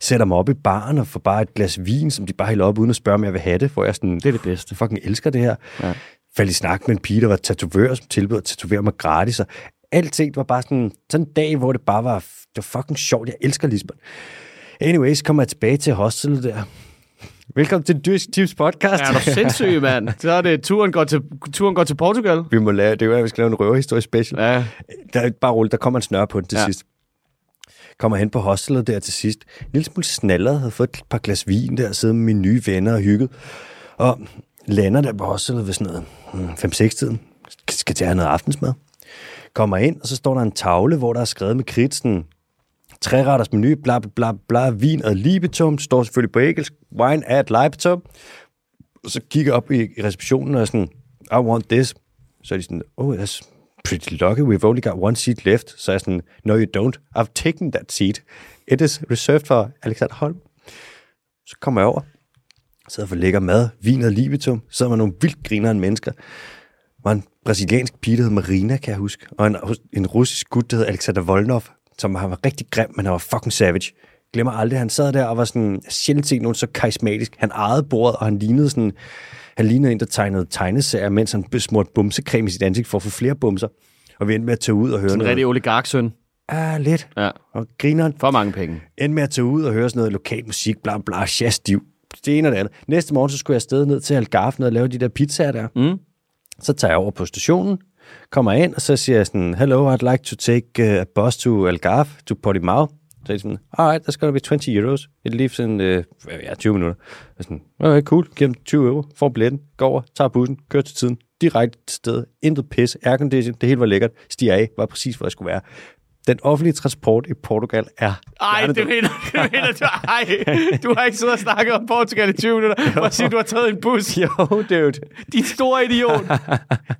Speaker 1: Sætter mig op i baren og får bare et glas vin, som de bare hælder op, uden at spørge, om jeg vil have det, for jeg er sådan,
Speaker 2: Det er det bedste.
Speaker 1: jeg fucking elsker det her. Ja. Faldt i snak med en pige, der var tatovør, som tilbød at tatovere mig gratis, og alting var bare sådan, sådan en dag, hvor det bare var, det var fucking sjovt, jeg elsker Lisbon. Anyways, kommer jeg tilbage til hostelet der, Velkommen til Dysk Tips podcast.
Speaker 2: Er du sindssyg, mand? Så er det, turen går til, turen går til Portugal.
Speaker 1: vi må lave, det er jo, at vi skal lave en røverhistorie special.
Speaker 2: Ja.
Speaker 1: Øh, Der, bare roligt, der kommer en snør på den til
Speaker 2: Ja.
Speaker 1: ja. sidst. Kommer hen på hostelet der til sidst. En lille smule snallet, havde fået et par glas vin der, siddet med mine nye venner og hygget. Og lander der på hostelet ved sådan noget 5-6-tiden. Skal til at have noget aftensmad. Kommer ind, og så står der en tavle, hvor der er skrevet med kridt sådan, træretters menu, bla bla bla, bla vin og libetum, står selvfølgelig på engelsk, wine at libetum. Og så kigger jeg op i i receptionen og er sådan, I want this. Så er de sådan, oh, that's pretty lucky, we've only got one seat left. Så er jeg sådan, no you don't, I've taken that seat. It is reserved for Alexander Holm. Så kommer jeg over, sidder for lækker mad, vin og libetum, sidder med nogle vildt grinerende mennesker. Der var en brasiliansk pige, der hed Marina, kan jeg huske, og en, en russisk gut, der hed Alexander Volnov, som han var rigtig grim, men han var fucking savage. Glemmer aldrig, han sad der og var sådan, jeg har sjældent set nogen så karismatisk. Han ejede bordet, og han lignede sådan, han lignede en, der tegnede tegneserier, mens han smurte bumsecreme i sit ansigt for at få flere bumser. Og vi endte med at tage ud og høre
Speaker 2: En
Speaker 1: noget.
Speaker 2: rigtig oligarksøn.
Speaker 1: Ah, lidt.
Speaker 2: Ja.
Speaker 1: Og grineren
Speaker 2: For mange penge.
Speaker 1: endte med at tage ud og høre sådan noget lokal musik, bla bla, jazz, div, det ene og det andet. Næste morgen, så skulle jeg afsted ned til Algarve ned og lave de der pizzaer der.
Speaker 2: Mm.
Speaker 1: Så tager jeg over på stationen, kommer ind, og så siger jeg sådan, hello, I'd like to take uh, a bus to Algarve, to Portimao. Så er de sådan, alright, that's gonna be 20 euros. It leaves in, uh, ja, 20 minutter. Jeg er sådan, okay, cool, giver dem 20 euro, får billetten, går over, tager bussen, kører til tiden, direkte til stedet, intet pis, aircondition, det hele var lækkert, stiger af, var præcis, hvor jeg skulle være. Den offentlige transport i Portugal er...
Speaker 2: Ej, det
Speaker 1: hjernedød.
Speaker 2: mener, det mener du. Ej, du har ikke siddet og snakket om Portugal i 20 minutter. Hvor siger du, har taget en bus?
Speaker 1: Jo, dude.
Speaker 2: Din store idiot.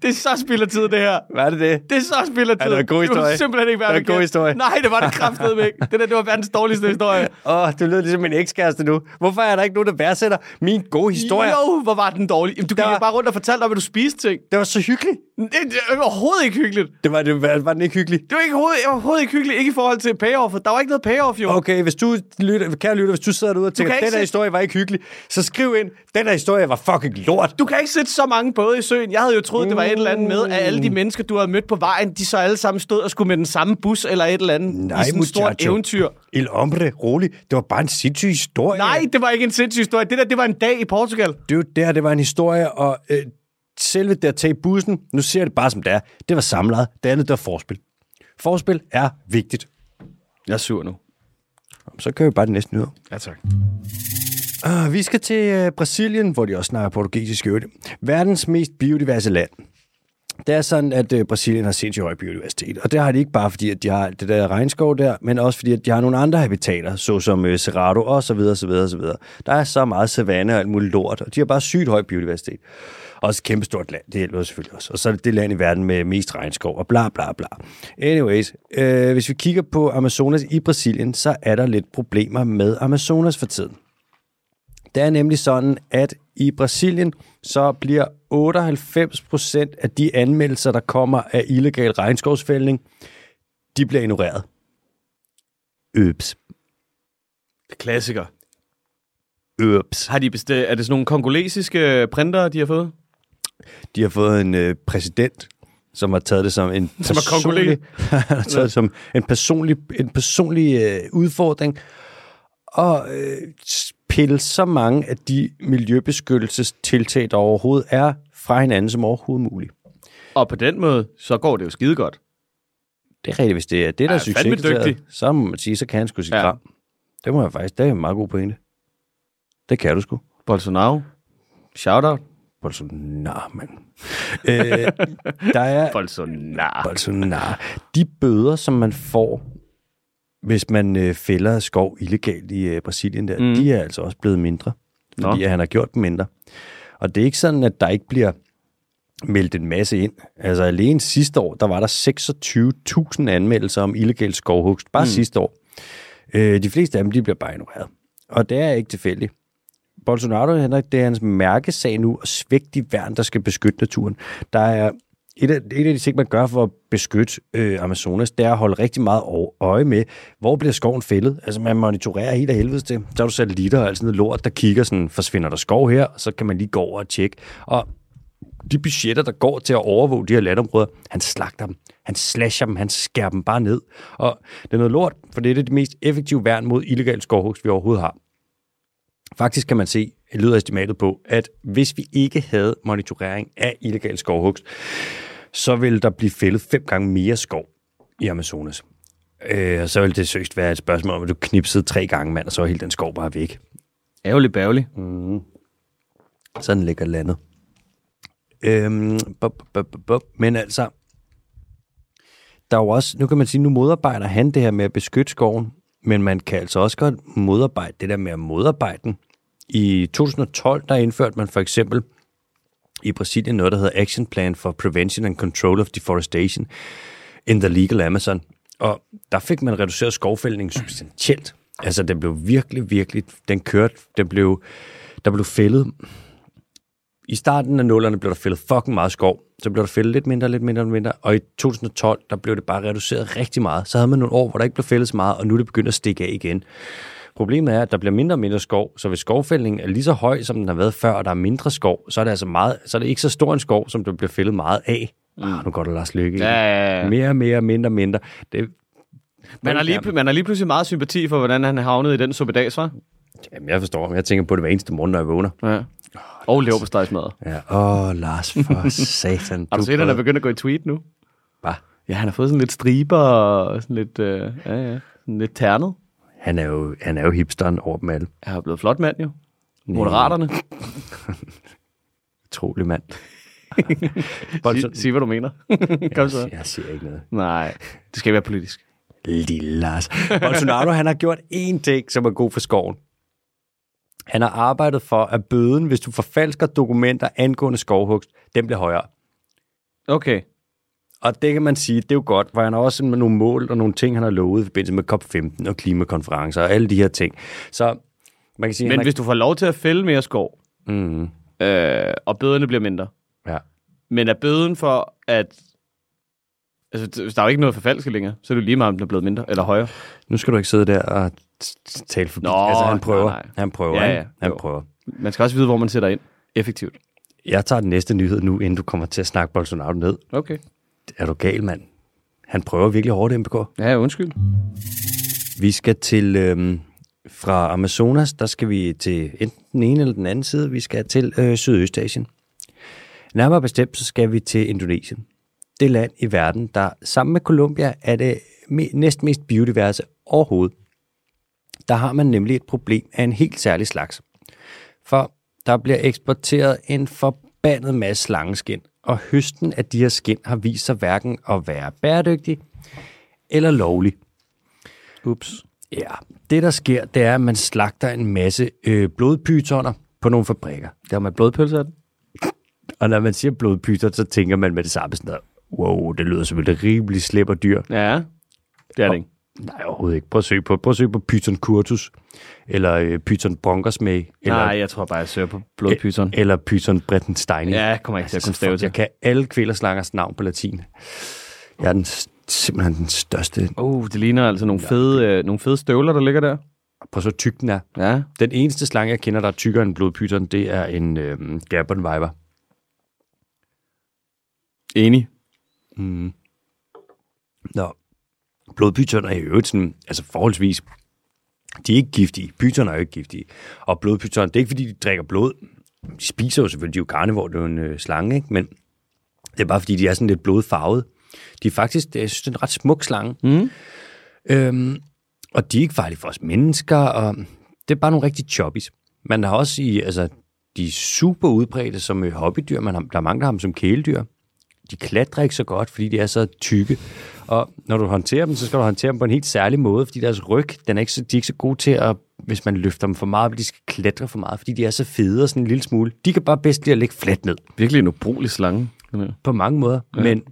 Speaker 2: Det er så spild af tid, det her.
Speaker 1: Hvad er det det?
Speaker 2: Det er så spild af tid.
Speaker 1: Ja, det var en god
Speaker 2: Det var
Speaker 1: historie.
Speaker 2: simpelthen ikke
Speaker 1: Det var
Speaker 2: værd
Speaker 1: en god historie.
Speaker 2: Nej, det var det kraftedeme ikke. Det der, det var verdens dårligste historie.
Speaker 1: Åh, oh, du lyder ligesom min ekskæreste nu. Hvorfor er der ikke nogen, der værdsætter min gode historie? Jo.
Speaker 2: Jo, hvor var den dårlig. Jamen, Du gik
Speaker 1: Der-
Speaker 2: jo bare rundt og fortalte om, at du spiste ting.
Speaker 1: Det var så hyggeligt.
Speaker 2: Det, det er overhovedet ikke hyggeligt.
Speaker 1: Det var, det var, var den ikke hyggelig?
Speaker 2: Det var ikke overhovedet, overhovedet ikke hyggeligt. Ikke i forhold til payoffet. Der var ikke noget payoff, jo.
Speaker 1: Okay, hvis du lytter, kære lytter, hvis du sidder derude og tænker,
Speaker 2: kan
Speaker 1: den
Speaker 2: ikke
Speaker 1: her
Speaker 2: se-
Speaker 1: historie var ikke hyggelig, så skriv ind, den her historie var fucking lort.
Speaker 2: Du kan ikke sætte så mange både i søen. Jeg havde jo troet, det var et eller andet med, at
Speaker 1: Mm.
Speaker 2: alle de mennesker, du havde mødt på vejen, de så alle sammen stod og skulle med den samme bus eller et eller andet
Speaker 1: Nej,
Speaker 2: i sådan et stort
Speaker 1: muchacho.
Speaker 2: eventyr.
Speaker 1: El hombre, rolig. Det var bare en sindssyg historie.
Speaker 2: Nej, det var ikke en sindssyg historie. Det der, det var en dag i Portugal.
Speaker 1: Det var der, det var en historie, og øh, selve det at tage bussen, nu ser jeg det bare som det er, det var samlet. Det andet, der var forspil. Forspil er vigtigt.
Speaker 2: Jeg er sur nu.
Speaker 1: Så kører vi bare den næste nyhed.
Speaker 2: Ja, tak.
Speaker 1: Og vi skal til øh, Brasilien, hvor de også snakker portugisisk i øvrigt. Verdens mest biodiverse land. Det er sådan, at øh, Brasilien har sindssygt høj biodiversitet, og det har de ikke bare fordi, at de har det der regnskov der, men også fordi, at de har nogle andre habitater, såsom øh, Cerrado og så videre, så videre, så videre. Der er så meget savanne og alt muligt lort, og de har bare sygt høj biodiversitet. Også et kæmpestort land, det hjælper selvfølgelig også. Og så er det det land i verden med mest regnskov og bla bla bla. Anyways, øh, hvis vi kigger på Amazonas i Brasilien, så er der lidt problemer med Amazonas for tiden. Det er nemlig sådan, at i Brasilien, så bliver 98% af de anmeldelser, der kommer af illegal regnskovsfældning, de bliver ignoreret. Øps.
Speaker 2: Klassiker.
Speaker 1: Øps.
Speaker 2: Har de bestilt, er det sådan nogle kongolesiske printer, de har fået?
Speaker 1: De har fået en øh, præsident, som har taget det som en
Speaker 2: Som er
Speaker 1: personlig, han har taget det som en personlig, en personlig øh, udfordring og øh, s- pille så mange af de miljøbeskyttelsestiltag, der overhovedet er, fra hinanden som overhovedet muligt.
Speaker 2: Og på den måde, så går det jo skide godt.
Speaker 1: Det er rigtigt, hvis det er det, der er
Speaker 2: Ja, fandme
Speaker 1: succeskriteriet,
Speaker 2: dygtig.
Speaker 1: så må man sige, så kan han sgu sit
Speaker 2: Ja.
Speaker 1: ja. kram. Det må jeg faktisk, det er en meget god pointe. Det kan du sgu.
Speaker 2: Bolsonaro. Shout out.
Speaker 1: Bolsonaro, mand. øh, der er
Speaker 2: Bolsonaro.
Speaker 1: Bolsonaro. De bøder, som man får, hvis man øh, fælder skov illegalt i øh, Brasilien, der,
Speaker 2: Mm.
Speaker 1: mm. de er altså også blevet mindre,
Speaker 2: Nå.
Speaker 1: fordi at han har gjort dem mindre. Og det er ikke sådan, at der ikke bliver meldt en masse ind. Altså alene sidste år, der var der 26.000 anmeldelser om illegal skovhugst, bare mm. sidste år. Øh, de fleste af dem, de bliver bare ignoreret. Og det er ikke tilfældigt. Bolsonaro, Henrik, det er hans mærkesag nu at svække de værn, der skal beskytte naturen. Der er et af, et af de ting, man gør for at beskytte øh, Amazonas, det er at holde rigtig meget ø- øje med, hvor bliver skoven fældet. Altså man monitorerer helt af helvedes til. Der er du satellitter og alt sådan noget lort, der kigger sådan, forsvinder der skov her, og så kan man lige gå over og tjekke. Og de budgetter, der går til at overvåge de her landområder, han slagter dem, han slasher dem, han skærer dem bare ned. Og det er noget lort, for det er det mest effektive værn mod illegal skovhugst, vi overhovedet har. Faktisk kan man se, lyder estimatet på, at hvis vi ikke havde monitorering af illegal skovhugst, så ville der blive fældet fem gange mere skov i Amazonas. Øh, og så ville det søgt være et spørgsmål om, at du knipsede tre gange, mand, og så er hele den skov bare væk.
Speaker 2: Ærgerligt bærgerligt.
Speaker 1: Sådan ligger landet. Øhm, bup, bup, bup, bup. Men altså, der er jo også, nu kan man sige, nu modarbejder han det her med at beskytte skoven, men man kan altså også godt modarbejde det der med at modarbejde den. I 2012, der indførte man for eksempel i Brasilien noget, der hedder Action Plan for Prevention and Control of Deforestation in the Legal Amazon. Og der fik man reduceret skovfældningen substantielt. Altså, den blev virkelig, virkelig, den kørte, den blev, der blev fældet i starten af nullerne blev der fældet fucking meget skov. Så blev der fældet lidt mindre, lidt mindre, lidt mindre. Og i 2012, der blev det bare reduceret rigtig meget. Så havde man nogle år, hvor der ikke blev fældet så meget, og nu er det begyndt at stikke af igen. Problemet er, at der bliver mindre og mindre skov, så hvis skovfældningen er lige så høj, som den har været før, og der er mindre skov, så er det altså meget, så er det ikke så stor en skov, som der bliver fældet meget af. Ah, nu går der Lars Lykke.
Speaker 2: Ja,
Speaker 1: Ja.
Speaker 2: ja, ja.
Speaker 1: Mere, mere, mindre, mindre. Det,
Speaker 2: Man, har lige, man har lige pludselig meget sympati for, hvordan han havnede i den suppedags, var?
Speaker 1: Jamen, jeg forstår, men jeg tænker på det hver eneste morgen, når jeg vågner.
Speaker 2: Ja. Og leverpostejsmad.
Speaker 1: Ja. Åh, Lars, for satan.
Speaker 2: Har du set, at han er
Speaker 1: prøver-
Speaker 2: begyndt at gå i tweet nu?
Speaker 1: Hva?
Speaker 2: Ja, han har fået sådan lidt striber og sådan lidt, øh, ja, ja, sådan lidt ternet.
Speaker 1: han er jo, han er jo hipsteren over dem alle.
Speaker 2: Han er blevet flot mand jo. Moderaterne.
Speaker 1: Utrolig mand.
Speaker 2: Sig, sig, hvad du mener. Kom så.
Speaker 1: Jeg siger ikke noget.
Speaker 2: Nej, det skal ikke være politisk.
Speaker 1: Lille Lars. Bolsonaro, han har gjort én ting, som er god for skoven. Han har arbejdet for, at bøden, hvis du forfalsker dokumenter angående skovhugst, den bliver højere.
Speaker 2: Okay.
Speaker 1: Og det kan man sige, det er jo godt, for han har også nogle mål og nogle ting, han har lovet i forbindelse med COP15 og klimakonferencer og alle de her ting. Så man kan sige,
Speaker 2: Men
Speaker 1: han
Speaker 2: hvis du får lov til at fælde mere skov,
Speaker 1: har... mm,
Speaker 2: øh, og bøderne bliver mindre,
Speaker 1: ja.
Speaker 2: men er bøden for, at... Altså, hvis der er jo ikke noget forfalske længere, så er det jo lige meget, om den er blevet mindre eller højere.
Speaker 1: Nu skal du ikke sidde der og t- t- tale forbi.
Speaker 2: Nå,
Speaker 1: altså, han prøver.
Speaker 2: nej, nej.
Speaker 1: Han prøver,
Speaker 2: Ja,
Speaker 1: ikke?
Speaker 2: ja,
Speaker 1: Han
Speaker 2: jo.
Speaker 1: prøver.
Speaker 2: Man skal også vide, hvor man sætter ind. Effektivt.
Speaker 1: Jeg tager den næste nyhed nu, inden du kommer til at snakke Bolsonaro ned.
Speaker 2: Okay.
Speaker 1: Er du gal, mand? Han prøver virkelig hårdt, MBK.
Speaker 2: Ja, undskyld.
Speaker 1: Vi skal til... Øhm, fra Amazonas, der skal vi til enten den ene eller den anden side. Vi skal til øh, Sydøstasien. Nærmere bestemt, så skal vi til Indonesien. Det land i verden, der sammen med Colombia er det me- næstmest biodiverse overhovedet. Der har man nemlig et problem af en helt særlig slags. For der bliver eksporteret en forbandet masse slangeskin, og høsten af de her skin har vist sig hverken at være bæredygtig eller lovlig.
Speaker 2: Ups.
Speaker 1: Ja, det der sker, det er, at man slagter en masse øh, blodpytoner på nogle fabrikker.
Speaker 2: Der har man blodpølse af den.
Speaker 1: Og når man siger blodpyton, så tænker man med det samme sådan noget. Wow, det lyder som et rimelig slipper dyr.
Speaker 2: Ja, det er det ikke.
Speaker 1: Nej, overhovedet ikke. Prøv at søge på, prøv at søge på pyton curtus, eller øh, pyton bronkersmag, eller,
Speaker 2: Nej, jeg tror bare, jeg søger på blodpyseren.
Speaker 1: eller pyton bretenstein.
Speaker 2: Ja, jeg kommer ikke til at kunne stave
Speaker 1: jeg
Speaker 2: til.
Speaker 1: kan alle kvælerslangers navn på latin. Jeg er den, s- simpelthen den største.
Speaker 2: Oh, det ligner altså nogle fede, øh, nogle fede støvler, der ligger der.
Speaker 1: Prøv at så tyk den er.
Speaker 2: Ja.
Speaker 1: Den eneste slange, jeg kender, der er tykkere end blodpyton, det er en øh, Gabon Viper.
Speaker 2: Enig.
Speaker 1: Nå. Blodpytoner er i øvrigt sådan, altså forholdsvis, de er ikke giftige. Pytoner er jo ikke giftige. Og blodpytoner, det er ikke fordi, de drikker blod. De spiser jo selvfølgelig, de er jo karnevor, det er jo en øh, slange, ikke? Men det er bare fordi, de er sådan lidt blodfarvet. De er faktisk, det, jeg synes, det er en ret smuk slange.
Speaker 2: Mm.
Speaker 1: Øhm, og de er ikke farlige for os mennesker, og det er bare nogle rigtig choppies. Man har også i, altså, de er super udbredte som øh, hobbydyr. Man har, der mangler ham som kæledyr. De klatrer ikke så godt, fordi de er så tykke. Og når du håndterer dem, så skal du håndtere dem på en helt særlig måde, fordi deres ryg, den er ikke så, de er ikke så gode til at, hvis man løfter dem for meget, de skal klatre for meget, fordi de er så fede og sådan en lille smule. De kan bare bedst lide at ligge fladt ned
Speaker 2: Virkelig en ubrugelig slange. den her.
Speaker 1: på mange måder, ja. men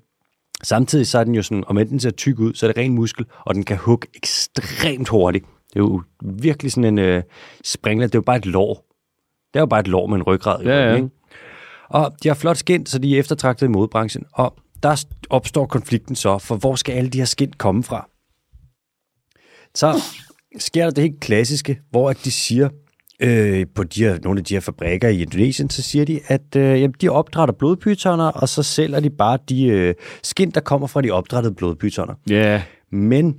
Speaker 1: samtidig så er den jo sådan, om den ser tyk ud, så er det ren muskel, og den kan hugge ekstremt hurtigt. Det er jo virkelig sådan en øh, springler, det er jo bare et lår. Det er jo bare et lår med en ryggrad. i
Speaker 2: Ja,
Speaker 1: ryggen,
Speaker 2: ja.
Speaker 1: Ikke? Og de har flot skind, så de er eftertragtet i modebranchen, og der opstår konflikten så, for hvor skal alle de her skind komme fra? så sker der det helt klassiske, hvor at de siger, øh, på de her, nogle af de her fabrikker i Indonesien, så siger de, at øh, jamen, de opdrætter blodpytoner, og så sælger de bare de øh, skind, der kommer fra de opdrættede blodpytoner.
Speaker 2: Ja. Yeah.
Speaker 1: Men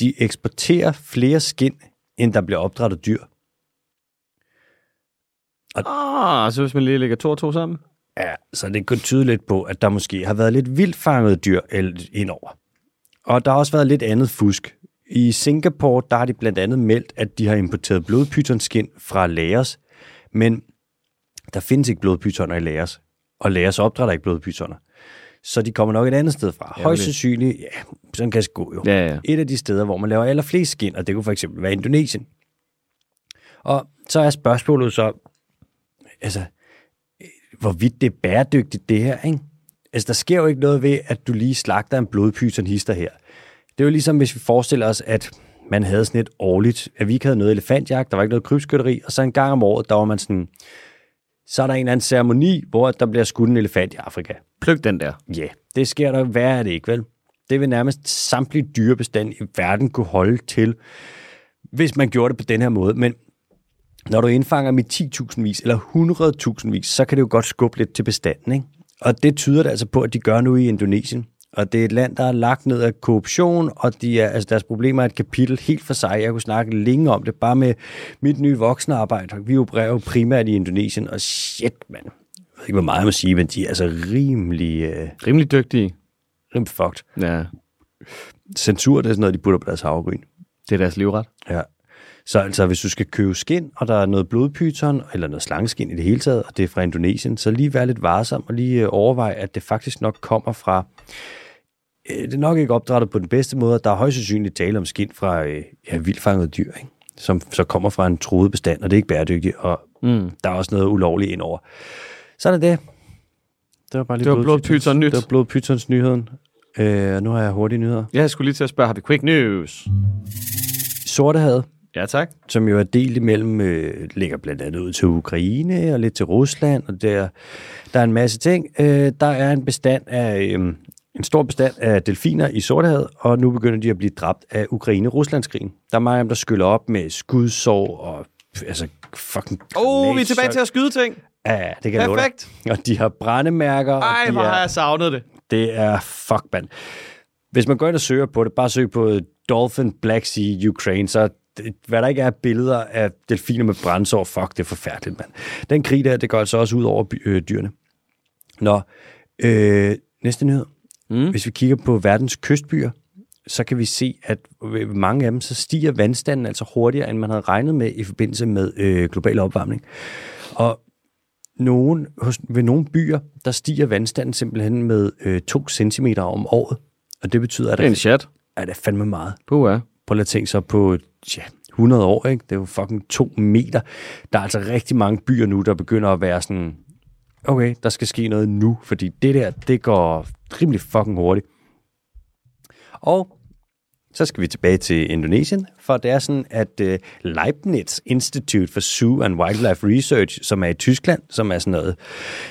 Speaker 1: de eksporterer flere skind, end der bliver opdrættet dyr.
Speaker 2: Ah, så hvis man lige lægger to og to sammen.
Speaker 1: Ja, så det kunne tyde lidt på, at der måske har været lidt vildfanget dyr el- indover. Og der har også været lidt andet fusk. I Singapore, der har de blandt andet meldt, at de har importeret blodpythonskin fra Laos, men der findes ikke blodpythoner i Laos, og Laos opdrætter ikke blodpythoner. Så de kommer nok et andet sted fra. Højst sandsynligt, ja, sådan kan det gå jo.
Speaker 2: Ja, ja.
Speaker 1: Et af de steder, hvor man laver allerflest skind, og det kunne for eksempel være Indonesien. Og så er spørgsmålet så, altså, øh, hvorvidt det er bæredygtigt, det her, ikke? Altså, der sker jo ikke noget ved, at du lige slagter en blodpyton hister her. Det er jo ligesom, hvis vi forestiller os, at man havde sådan et årligt, at vi ikke havde noget elefantjagt, der var ikke noget krybskytteri, og så en gang om året, der var man sådan, så er der en eller anden ceremoni, hvor der bliver skudt en elefant i Afrika.
Speaker 2: Pløk den der.
Speaker 1: Ja, yeah, det sker der værre er det ikke, vel? Det vil nærmest samtlige dyrebestand i verden kunne holde til, hvis man gjorde det på den her måde. Men når du indfanger med 10.000 vis eller 100.000 vis, så kan det jo godt skubbe lidt til bestanden, ikke? Og det tyder det altså på, at de gør nu i Indonesien. Og det er et land, der er lagt ned af korruption, og de er, altså deres problemer er et kapitel helt for sig. Jeg kunne snakke længe om det, bare med mit nye voksne arbejde. Vi opererer jo primært i Indonesien, og shit, mand. Jeg ved ikke, hvor meget jeg må sige, men de er altså rimelig, øh,
Speaker 2: Rimelig dygtige.
Speaker 1: rimelig fucked.
Speaker 2: Ja,
Speaker 1: Censur, det er sådan noget, de putter på deres havregryn.
Speaker 2: det er deres livret.
Speaker 1: Ja. Så altså, hvis du skal købe skind, og der er noget blodpyton, eller noget slangeskin i det hele taget, og det er fra Indonesien, så lige være lidt varsom og lige øh, overvej, at det faktisk nok kommer fra... Øh, det er nok ikke opdrettet på den bedste måde, og der er højst sandsynligt tale om skind fra øh, ja, vildfangede dyr, ikke? som så kommer fra en truet bestand, og det er ikke bæredygtigt, og mm. der er også noget ulovligt indover. Så er det det. Det var bare lige
Speaker 2: Det
Speaker 1: blodpytons-
Speaker 2: var blodpyton nyt.
Speaker 1: Det var blodpytons nyheden. Øh, og nu har jeg hurtige nyheder.
Speaker 2: Ja, jeg skulle lige til at spørge, har vi quick news?
Speaker 1: Sortehavet,
Speaker 2: Ja, tak.
Speaker 1: som jo er delt imellem, øh, ligger blandt andet ud til Ukraine og lidt til Rusland, og der, der er en masse ting. Øh, der er en bestand af, øh, en stor bestand af delfiner i Sortehavet, og nu begynder de at blive dræbt af Ukraine-Ruslandskrigen. Der er mange af dem, der skyller op med skudsår og pff, altså fucking
Speaker 2: Åh, oh, vi er tilbage til
Speaker 1: at...
Speaker 2: at skyde ting.
Speaker 1: Ja, det kan jeg love dig.
Speaker 2: Perfekt.
Speaker 1: Og de har brændemærker. og
Speaker 2: Ej,
Speaker 1: de
Speaker 2: hvor
Speaker 1: er-
Speaker 2: har jeg savnet det.
Speaker 1: det er fuck, mand. Hvis man går ind og søger på det, bare søg på Dolphin Black Sea Ukraine, så det- hvad der ikke er af billeder af delfiner med brændsår, fuck, det er forfærdeligt, mand. Den krig der, det går altså også ud over by- øh, dyrene. Nå, øh, næste nyhed. Mm. Hvis vi kigger på verdens kystbyer, så kan vi se, at ved mange af dem, så stiger vandstanden altså hurtigere, end man havde regnet med i forbindelse med øh, global opvarmning. Og nogen, hos, ved nogle byer, der stiger vandstanden simpelthen med øh, 2 cm om året. Og det betyder, at
Speaker 2: Det er en
Speaker 1: det
Speaker 2: chat.
Speaker 1: er, det er fandme meget.
Speaker 2: Puh,
Speaker 1: Prøv lige at tænke så på ja, 100 år, ikke? det er jo fucking 2 meter. Der er altså rigtig mange byer nu, der begynder at være sådan, okay, der skal ske noget nu, fordi det der, det går rimelig fucking hurtigt. Og så skal vi tilbage til Indonesien, for det er sådan, at uh, Leibniz Institute for Zoo and Wildlife Research, som er i Tyskland, som er sådan noget,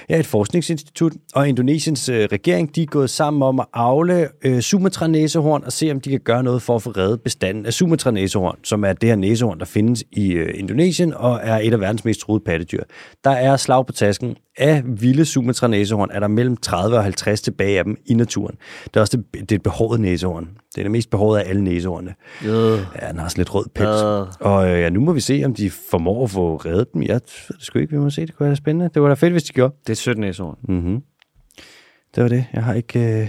Speaker 1: ja, et forskningsinstitut, og Indonesiens uh, regering, de er gået sammen om at afle uh, Sumatra-næsehorn og se, om de kan gøre noget for at få reddet bestanden af Sumatra-næsehorn, som er det her næsehorn, der findes i uh, Indonesien og er et af verdens mest truede pattedyr. Der er slag på tasken. Af vilde Sumatra-næsehorn er der mellem 30 og 50 tilbage af dem i naturen. Det er også det, det er et behåret næsehorn. Det er det mest behårede af alle næsehornene. Ja, den har også lidt rød pels. Uh. Og øh, ja, nu må vi se, om de formår at få reddet dem. Jeg ved det sgu ikke, vi må se. Det kunne være spændende. Det var da fedt, hvis de gjorde.
Speaker 2: Det er 17 næsord.
Speaker 1: Det var det. Jeg har ikke, øh,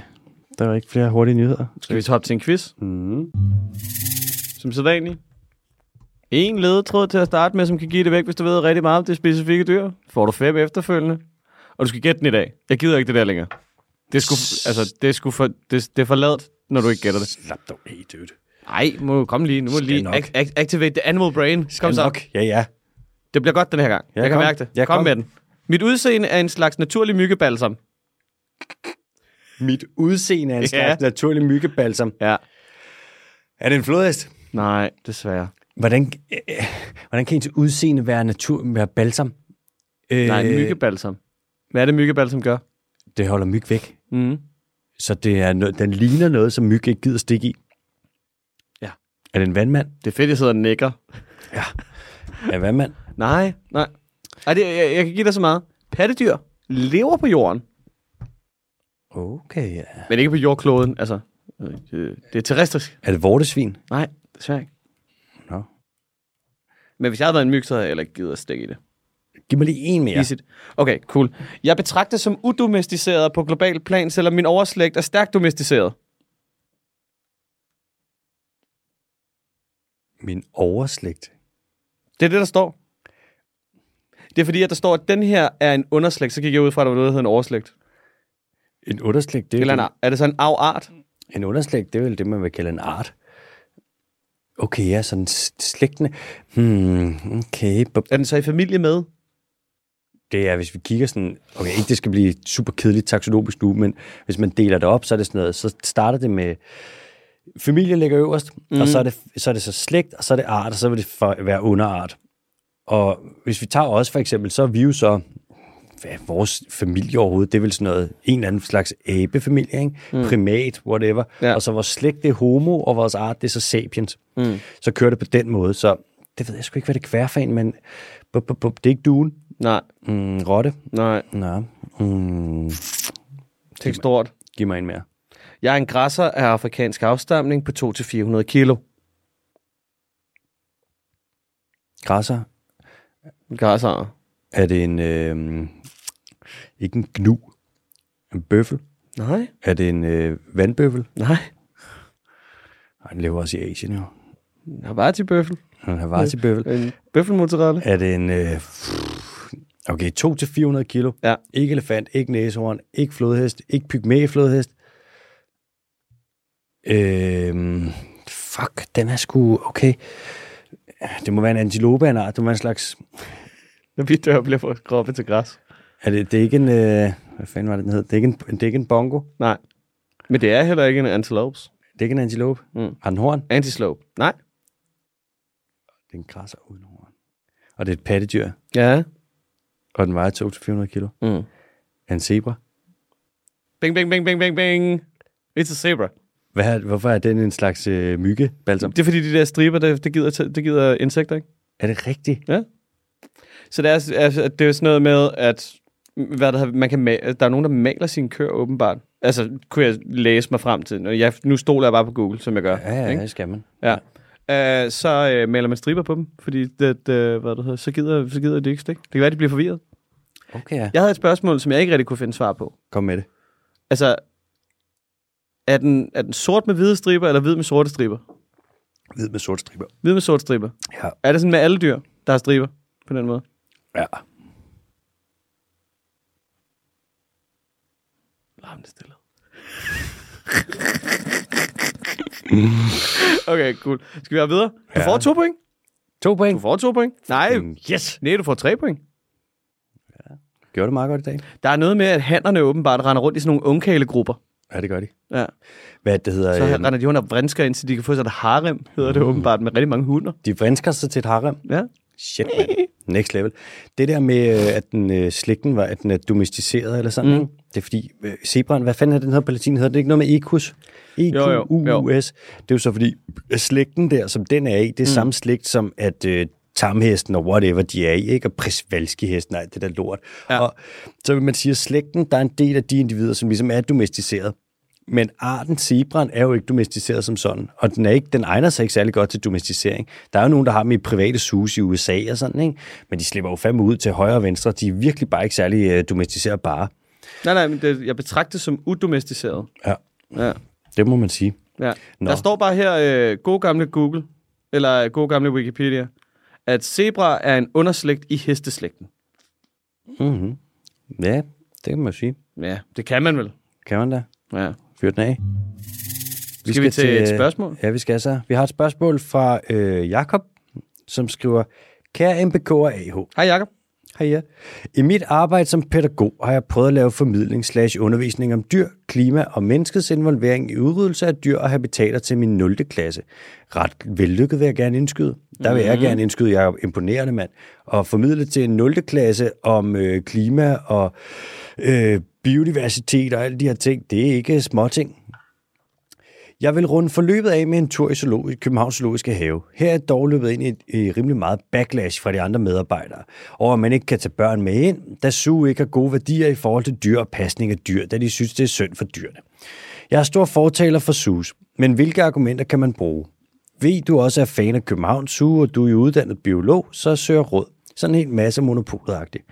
Speaker 1: der var ikke flere hurtige nyheder.
Speaker 2: Skal vi hoppe til en quiz? Mm. Som sædvanligt. En ledetråd til at starte med, som kan give det væk, hvis du ved rigtig meget om det specifikke dyr. Får du fem efterfølgende. Og du skal gætte den i dag. Jeg gider ikke det der længere. Det er sgu, altså, det er sgu for, det, det er for ladt, når du ikke gætter det.
Speaker 1: Slap dog af, dude.
Speaker 2: Nej, må kom lige. Nu må du
Speaker 1: Skal
Speaker 2: lige
Speaker 1: nok.
Speaker 2: ak- ak- activate the animal brain. Kom så.
Speaker 1: Nok. Ja, ja.
Speaker 2: Det bliver godt den her gang.
Speaker 1: Ja,
Speaker 2: jeg kan
Speaker 1: kom.
Speaker 2: mærke det.
Speaker 1: Ja,
Speaker 2: kom,
Speaker 1: kom.
Speaker 2: med den. Mit udseende er en slags naturlig myggebalsam.
Speaker 1: Mit udseende er en slags
Speaker 2: slags
Speaker 1: ja. naturlig myggebalsam.
Speaker 2: Ja.
Speaker 1: Er det en flodhest?
Speaker 2: Nej, desværre.
Speaker 1: Hvordan, øh, øh, hvordan kan ens udseende være, natur, være balsam? Øh,
Speaker 2: Nej, myggebalsam. Hvad er det, myggebalsam gør?
Speaker 1: Det holder myg væk.
Speaker 2: Mm.
Speaker 1: Så det er no- den ligner noget, som myg ikke gider stikke i.
Speaker 2: Ja.
Speaker 1: Er det en vandmand?
Speaker 2: Det er fedt, jeg sidder og nikker.
Speaker 1: Er det en vandmand?
Speaker 2: Nej, nej. Ej, det, jeg, jeg kan give dig så meget. Pattedyr lever på jorden,
Speaker 1: Okay, ja.
Speaker 2: men ikke på jordkloden. Altså, øh, det, det er terrestrisk.
Speaker 1: Er det vortesvin?
Speaker 2: Nej, desværre ikke.
Speaker 1: Nå.
Speaker 2: Men hvis jeg havde været en myg, så havde jeg heller ikke givet at stikke i det.
Speaker 1: Giv mig lige en mere.
Speaker 2: Easy. Okay, cool. Jeg betragtes som udomesticeret på global plan, selvom min overslægt er stærkt domesticeret.
Speaker 1: Min overslægt.
Speaker 2: Det er det, der står. Det er fordi, at der står, at den her er en underslægt, så gik jeg ud fra, at der var noget, der hedder en overslægt.
Speaker 1: En underslægt, det er,
Speaker 2: Eller
Speaker 1: vel-
Speaker 2: en, er det så en afart?
Speaker 1: en underslægt, det er vel det, man vil kalde en art. Okay, ja, sådan s- slægtene. Hmm, okay. bup.
Speaker 2: Er den så i familie med?
Speaker 1: Det er, hvis vi kigger sådan... Okay, ikke det skal blive super kedeligt taksonomisk nu, men hvis man deler det op, så er det sådan noget... Så starter det med... Familie ligger øverst, mm. og så er, det, så er det så slægt, og så er det art, og så vil det for, være underart. Og hvis vi tager os for eksempel, så er vi jo så... Hvad er vores familie overhovedet? Det er vel sådan noget, en eller anden slags abefamilie, ikke? Mm. primat, whatever.
Speaker 2: Ja.
Speaker 1: Ja. Og så vores slægt, det er homo, og vores art, det er så sapiens. Mm. Så kører det på den måde, så det ved jeg sgu ikke, hvad det er kværfan, men bup, bup, bup, det er ikke duen.
Speaker 2: Nej,
Speaker 1: Mm, rotte.
Speaker 2: nej.
Speaker 1: Nå. Mm,
Speaker 2: Tænk stort.
Speaker 1: giv mig en mere.
Speaker 2: Jeg er en græsser af afrikansk afstamning på 2-400 kilo.
Speaker 1: Græsser.
Speaker 2: Græsser?
Speaker 1: Er det en... Øh, ikke en gnu. En bøffel.
Speaker 2: Nej.
Speaker 1: Er det en øh, vandbøffel?
Speaker 2: Nej.
Speaker 1: Ej, den lever også i Asien jo.
Speaker 2: En havarti-bøffel.
Speaker 1: En havarti-bøffel.
Speaker 2: En bøffelmozzarella.
Speaker 1: Er det en... Øh, okay, 2-400 kilo.
Speaker 2: Ja.
Speaker 1: Ikke elefant, ikke næsehorn, ikke flodhest, ikke pygmæflodhest. Øhm, fuck, den er sgu... Okay. Det må være en antilope af en art. Det må være en slags...
Speaker 2: Når vi dør, bliver vores kroppe til græs.
Speaker 1: Er det, det er ikke en... Øh, hvad fanden var det, den hed? Det er, ikke en, det er ikke en bongo.
Speaker 2: Nej. Men det er heller ikke en antilopes.
Speaker 1: Det er ikke en antilope.
Speaker 2: Mm.
Speaker 1: Mm. Har den horn?
Speaker 2: Antislope. Nej.
Speaker 1: Det er en græsser uden horn. Og det er et pattedyr,
Speaker 2: Ja.
Speaker 1: og den vejer 200-400 kilo.
Speaker 2: Mm.
Speaker 1: Er en zebra.
Speaker 2: Bing, bing, bing, bing, bing, bing. It's a zebra.
Speaker 1: Hvad, er- hvorfor er den en slags øh, myggebalsam?
Speaker 2: Det er fordi, de der striber, det, det, gider, det gider insekter, ikke?
Speaker 1: Er det rigtigt?
Speaker 2: Så det er, altså, at det er jo sådan noget med, at hvad der, man kan ma- der er nogen, der maler sine køer åbenbart. Altså, kunne jeg læse mig frem til. Og jeg, nu stoler jeg bare på Google, som jeg gør.
Speaker 1: Ja, ja,
Speaker 2: ikke?
Speaker 1: det skal man.
Speaker 2: ja. Øh, så øh, maler man striber på dem, fordi det, øh, hvad det hedder, så, gider, så gider de ikke stikke. Det kan være, de bliver forvirret.
Speaker 1: Okay, ja.
Speaker 2: Jeg havde et spørgsmål, som jeg ikke rigtig kunne finde svar på.
Speaker 1: Kom med det.
Speaker 2: Altså, er den, er den sort med hvide striber, eller hvid med sorte striber?
Speaker 1: Hvid med sort striber.
Speaker 2: Hvid med sorte striber.
Speaker 1: Ja.
Speaker 2: Er det sådan med alle dyr, der har striber på den måde?
Speaker 1: ja.
Speaker 2: Larmende stille. okay, cool. Skal vi have videre? Du
Speaker 1: Ja.
Speaker 2: får to point.
Speaker 1: To
Speaker 2: Du
Speaker 1: point.
Speaker 2: får to point. Nej,
Speaker 1: Mm, Yes!
Speaker 2: nej, du får tre point.
Speaker 1: Gjorde det meget godt i dag.
Speaker 2: Der er noget med, at hannerne åbenbart render rundt i sådan nogle ungkælegrupper.
Speaker 1: Ja, det gør de.
Speaker 2: Ja.
Speaker 1: Hvad er det, det hedder? øh,
Speaker 2: Så
Speaker 1: Så
Speaker 2: render de rundt og vrinsker ind, så de kan få sig et harem, hedder
Speaker 1: Mm.
Speaker 2: det åbenbart, med rigtig mange hunder.
Speaker 1: de vrinsker sig til et harem.
Speaker 2: Ja.
Speaker 1: Shit, man. Next level. Det der med, øh, at den øh, slægten var, at den er domesticeret eller sådan, mm. ikke? det er fordi, øh, zebraen, hvad fanden er den her på latin, hedder det ikke noget med equus? e
Speaker 2: Jo, jo, jo.
Speaker 1: Det er jo så fordi, øh, slægten der, som den er i, det er mm. samme slægt som at øh, tamhesten og whatever de er i, ikke? og prisvalskihesten og alt det der lort.
Speaker 2: Ja.
Speaker 1: Ja. Og så vil man sige, at slægten, der er en del af de individer, som ligesom er domesticeret. Men arten zebraen er jo ikke domesticeret som sådan, og den, er ikke, den egner sig ikke særlig godt til domesticering. Der er jo nogen, der har dem i private sus i USA og sådan, ikke? men de slipper jo fandme ud til højre og venstre. De er virkelig bare ikke særlig øh, domesticerbare.
Speaker 2: Nej, nej, men det, jeg betragter det som udomesticeret.
Speaker 1: Ja,
Speaker 2: Ja.
Speaker 1: det må man sige.
Speaker 2: Ja.
Speaker 1: Nå.
Speaker 2: Der står bare her, øh, god gamle Google, eller øh, god gamle Wikipedia, at zebra er en underslægt i hesteslægten.
Speaker 1: Mm-hmm. Ja, det kan man jo sige.
Speaker 2: Ja, det kan man vel.
Speaker 1: Kan man da?
Speaker 2: Ja.
Speaker 1: Fyr den af.
Speaker 2: Skal vi til øh, et spørgsmål?
Speaker 1: Ja, vi skal så. Vi har et spørgsmål fra øh, Jakob, som skriver, Kære MBK og AH,
Speaker 2: Hej Jacob.
Speaker 1: Hej ja. I mit arbejde som pædagog har jeg prøvet at lave formidling slash undervisning om dyr, klima og menneskets involvering i udryddelse af dyr og habitater til min 0. klasse. Ret vellykket vil jeg gerne indskyde. Der vil
Speaker 2: Mhm.
Speaker 1: jeg gerne indskyde, jeg er imponerende mand. Og formidle til en 0. klasse om øh, klima og øh, biodiversitet og alle de her ting, det er ikke småting. Jeg vil runde forløbet af med en tur i zoologi- Københavns Zoologiske Have. Her er dog løbet ind i, et, i rimelig meget backlash fra de andre medarbejdere, over at man ikke kan tage børn med ind, da Zoo ikke har gode værdier i forhold til dyr og pasning af dyr, da de synes, det er synd for dyrene. Jeg er stor fortaler for SUS, men hvilke argumenter kan man bruge? Ved du også er fan af Københavns Zoo, og du er uddannet biolog, så søger råd. Sådan en hel masse monopolagtigt.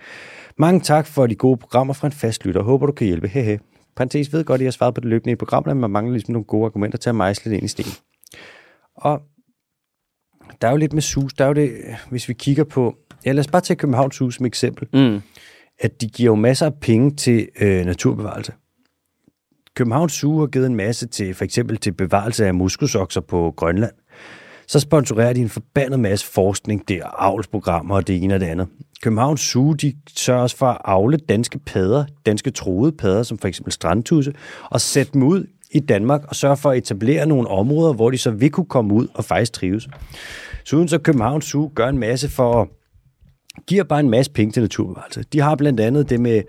Speaker 1: Mange tak for de gode programmer fra en fast lytter. Håber, du kan hjælpe. Hehe. Parenthes ved godt, at jeg har svaret på det løbende i programmerne, men man mangler ligesom nogle gode argumenter til at mejsle det ind i sten. Og der er jo lidt med sus. Der er jo det, hvis vi kigger på... Ja, lad os bare tage Københavns Hus som eksempel.
Speaker 2: Mm.
Speaker 1: At de giver jo masser af penge til øh, naturbevarelse. Københavns Zoo har givet en masse til for eksempel til bevarelse af muskelsokser på Grønland. Så sponsorerer de en forbandet masse forskning, det er avlsprogrammer og det ene og det andet. Københavns Zoo, de sørger også for at avle danske padder, danske troede padder, som for eksempel strandtusse, og sætte dem ud i Danmark og sørge for at etablere nogle områder, hvor de så vil kunne komme ud og faktisk trives. Siden så Københavns Zoo gør en masse for at giver bare en masse penge til naturbevarelse. De har blandt andet det med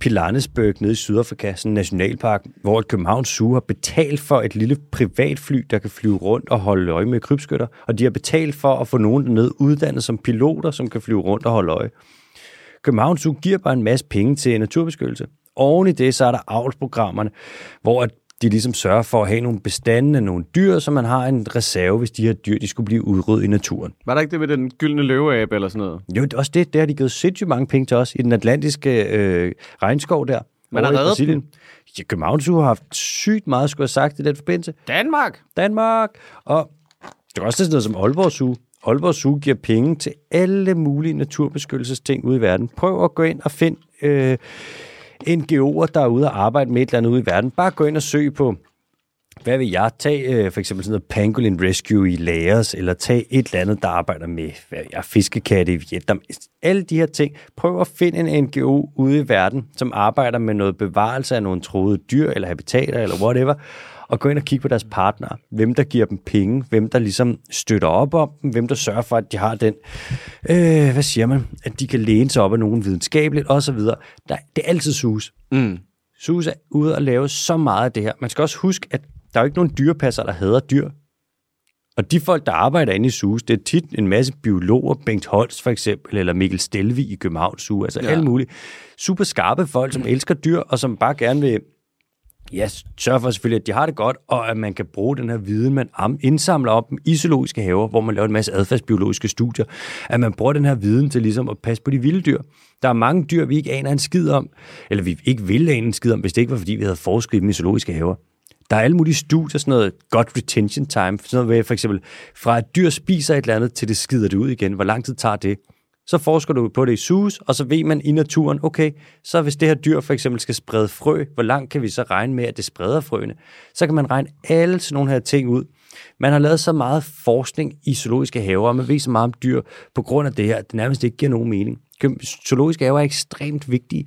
Speaker 1: Pilanesberg nede i Sydafrika, sådan en nationalpark, hvor et Københavns Zoo har betalt for et lille privatfly, der kan flyve rundt og holde øje med krybskytter, og de har betalt for at få nogen dernede uddannet som piloter, som kan flyve rundt og holde øje. Københavns Zoo giver bare en masse penge til naturbeskyttelse. Oven i det, så er der avlsprogrammerne, hvor at de ligesom sørger for at have nogle bestande af nogle dyr, så man har en reserve, hvis de her dyr de skulle blive udryddet i naturen.
Speaker 2: Var der ikke det med den gyldne løveabe eller sådan noget?
Speaker 1: Jo, det er også det, der har de givet sindssygt mange penge til os i den atlantiske øh, regnskov der.
Speaker 2: Man har
Speaker 1: Over i
Speaker 2: reddet
Speaker 1: Brasilien. Ja, København Zoo har haft sygt meget, skulle jeg have sagt, i den forbindelse.
Speaker 2: Danmark!
Speaker 1: Danmark! Og det er også sådan noget som Aalborg Zoo. Aalborg Zoo giver penge til alle mulige naturbeskyttelsesting ude i verden. Prøv at gå ind og find øh, NGO'er, der er ude og arbejde med et eller andet ude i verden. Bare gå ind og søg på hvad vil jeg tage, øh, for eksempel sådan noget pangolin rescue i Laos, eller tage et eller andet, der arbejder med hvad ved jeg, fiskekatte i Vietnam. Alle de her ting. Prøv at finde en NGO ude i verden, som arbejder med noget bevarelse af nogle troede dyr, eller habitater, eller whatever, og gå ind og kigge på deres partnere. Hvem, der giver dem penge, hvem, der ligesom støtter op om dem, hvem, der sørger for, at de har den, øh, hvad siger man, at de kan læne sig op af nogen videnskabeligt, osv. Der, det er altid sus. Sus er ude og lave så meget af det her. Man skal også huske, at der er jo ikke nogen dyrepasser, der hader dyr. Og de folk, der arbejder inde i SUS, det er tit en masse biologer, Bengt Holst for eksempel, eller Mikkel Stelvi i Københavns Zoo, altså ja.
Speaker 2: Ja.
Speaker 1: alle mulige super skarpe folk, som elsker dyr, og som bare gerne vil ja, sørge for selvfølgelig, at de har det godt, og at man kan bruge den her viden, man am- indsamler op dem i zoologiske haver, hvor man laver en masse adfærdsbiologiske studier, at man bruger den her viden til ligesom at passe på de vilde dyr. Der er mange dyr, vi ikke aner en skid om, eller vi ikke ville ane en skid om, hvis det ikke var, fordi vi havde forsket i dem i zoologiske haver. Der er alle mulige studier, sådan noget godt retention time, sådan noget med for eksempel, fra at dyr spiser et eller andet, til det skider det ud igen. Hvor lang tid tager det? Så forsker du på det i sus, og så ved man i naturen, okay, så hvis det her dyr for eksempel skal sprede frø, hvor langt kan vi så regne med, at det spreder frøene? Så kan man regne alle sådan nogle her ting ud. Man har lavet så meget forskning i zoologiske haver, og man ved så meget om dyr på grund af det her, at det nærmest ikke giver nogen mening. Kø- Zoologiske haver er ekstremt vigtige,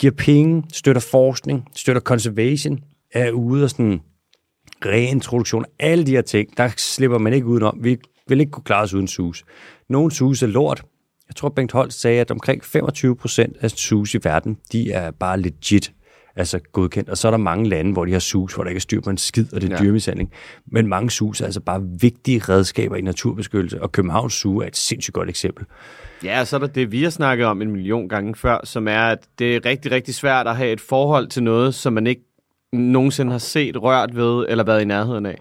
Speaker 1: giver penge, støtter forskning, støtter conservation, er ude og sådan reintroduktion, alle de her ting, der slipper man ikke udenom. Vi vil ikke kunne klare os uden sus. Nogle sus er lort. Jeg tror, Bengt Holst sagde, at omkring 25 procent af sus i verden, de er bare legit altså godkendt. Og så er der mange lande, hvor de har sus, hvor der ikke er styr på en skid, og det er ja. dyremishandling. Men mange sus er altså bare vigtige redskaber i naturbeskyttelse, og Københavns Zoo er et sindssygt godt eksempel.
Speaker 2: Ja, og så er der det, vi har snakket om en million gange før, som er, at det er rigtig, rigtig svært at have et forhold til noget, som man ikke nogensinde har set, rørt ved eller været i nærheden af.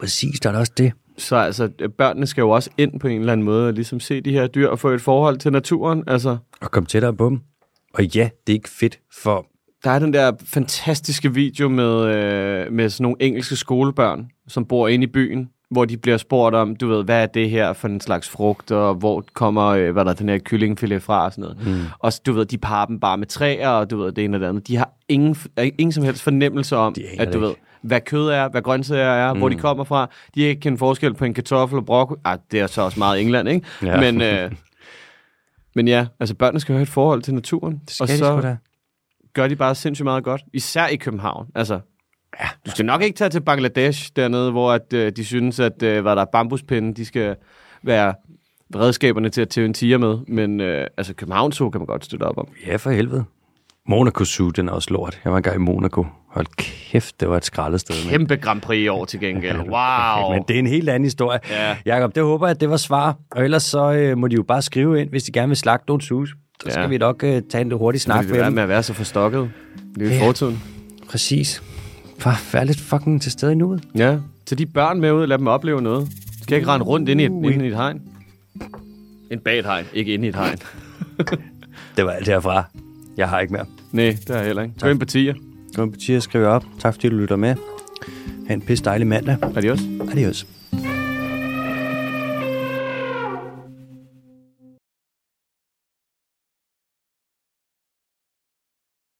Speaker 1: Præcis, der er da også det.
Speaker 2: Så altså, børnene skal jo også ind på en eller anden måde og ligesom se de her dyr og få et forhold til naturen. Altså,
Speaker 1: Og kom tættere på dem. Og ja, det er ikke fedt for
Speaker 2: der er den der fantastiske video med, øh, med sådan nogle engelske skolebørn, som bor inde i byen, hvor de bliver spurgt om, du ved, hvad er det her for en slags frugt, og hvor kommer øh, hvad der er den her kyllingfilet fra og sådan noget. Mm. Og s- du ved, de parer dem bare med træer, og du ved, det ene og det andet. De har ingen, f- øh, ingen som helst fornemmelse om,
Speaker 1: De aner
Speaker 2: at du
Speaker 1: det
Speaker 2: ved, hvad kød er, hvad grøntsager er, mm. hvor de kommer fra. De kan ikke kende forskel på en kartoffel og broccoli. Ah, det er så også meget England, ikke?
Speaker 1: Ja.
Speaker 2: Ja. Men, øh, men ja, altså børnene skal jo have et forhold til naturen. og så, gør de bare sindssygt meget godt. Især i København. Altså, ja, du skal nok ikke tage til Bangladesh dernede, hvor at, øh, de synes, at øh, hvad der er bambuspinde, de skal være redskaberne til at tæve en tiger med. Men øh, altså, København så kan man godt støtte op om.
Speaker 1: Ja, for helvede. Monaco Zoo, den er også lort. Jeg var engang i Monaco. Hold kæft, det var et skraldet sted. mand.
Speaker 2: Kæmpe Grand Prix i år til gengæld. Wow.
Speaker 1: Men det er en helt anden historie.
Speaker 2: Ja.
Speaker 1: Jakob, det håber jeg, at det var svar. Og ellers så øh, må de jo bare skrive ind, hvis de gerne vil slagte nogle sus. Så
Speaker 2: Ja.
Speaker 1: skal vi nok øh, tage en lidt hurtig snak
Speaker 2: Fordi det
Speaker 1: med
Speaker 2: er
Speaker 1: dem.
Speaker 2: med at være så forstokket. Det er jo
Speaker 1: Ja.
Speaker 2: i fortiden.
Speaker 1: Præcis. Bare vær lidt fucking til stede i nuet.
Speaker 2: Ja. Tag de børn med ud, lad dem opleve noget. Du skal ikke rende rundt ind i et, ind i et hegn. En bag et hegn, ikke inde i et hegn.
Speaker 1: Det var alt herfra. Jeg har ikke mere.
Speaker 2: Nej, det har jeg heller ikke. Gå ind på tiger.
Speaker 1: Gå på tier og skriv op. Tak fordi du lytter med. Ha' en pisse dejlig mandag.
Speaker 2: Adios.
Speaker 1: Adios.